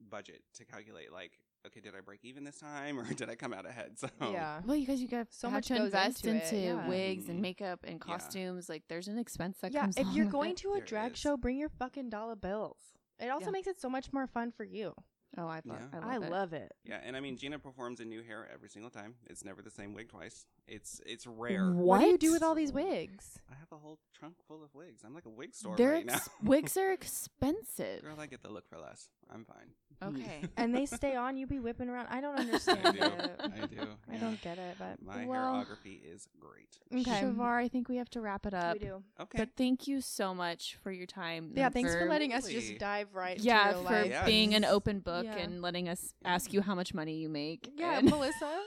C: budget to calculate like, okay, did I break even this time or did I come out ahead? So
A: Yeah.
B: Well, you guys, you got
A: So
B: so much
A: much
B: to
A: goes
B: invest
A: into
B: into,
A: it, yeah.
B: wigs and
C: Mhm.
B: makeup and
C: Yeah.
B: costumes. Like, there's an expense that
A: yeah.
B: comes.
A: If
B: along
A: you're
B: with
A: going
B: it.
A: to a
C: There
A: drag
C: is.
A: show, bring your fucking dollar bills. It also
B: Yeah.
A: makes it so much more fun for you.
B: oh, I, lo- I
C: Yeah.
B: love,
A: I
B: it.
A: love it.
C: Yeah, and I mean Gina performs in new hair every single time. It's never the same wig twice. It's it's rare.
B: Wha-
A: What do you
B: What?
A: do with all these wigs?
C: I have a whole trunk full of wigs. I'm like a wig store
B: They're
C: right now.
B: ex- wigs are expensive.
C: Girl, I get the look for less. I'm fine.
B: Okay.
A: And they stay on. You be whipping around. I don't understand
C: I do.
A: it.
C: I do.
A: I
C: yeah.
A: don't get it, but
C: My
B: Well-
C: hairography is great.
A: okay.
B: Shavar, I think we have to wrap it up.
A: we do.
C: Okay.
B: But thank you so much for your time.
A: Yeah,
B: and
A: thanks for letting us
C: Absolutely.
A: just dive right.
B: yeah,
A: to
B: for
A: your life.
C: Yeah.
B: being an open book
A: Yeah.
B: and letting us ask you how much money you make.
A: Yeah,
B: and-
A: Melissa.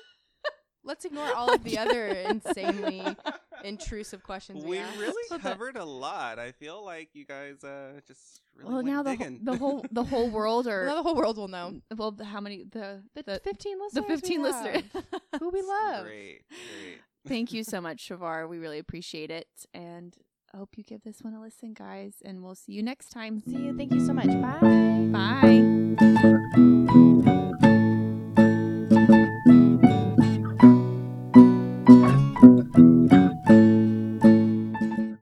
A: Let's ignore all of the other insanely intrusive questions.
C: we
A: asked.
C: really covered a lot. I feel like you guys uh just really
B: well,
C: went
B: now the, whole
C: digging.
B: the whole the whole world
A: Well, now
B: are
A: the whole world will know.
B: well, the- how many the
A: The,
B: the,
A: fifteen
B: the
A: listeners. we
B: fifteen
A: have,
B: listeners.
A: who we love.
C: Great, great.
B: Thank you so much, Shavar. We really appreciate it, and I hope you give this one a listen, guys. And we'll see you next time.
A: See you. Thank you so much. Bye.
B: Bye.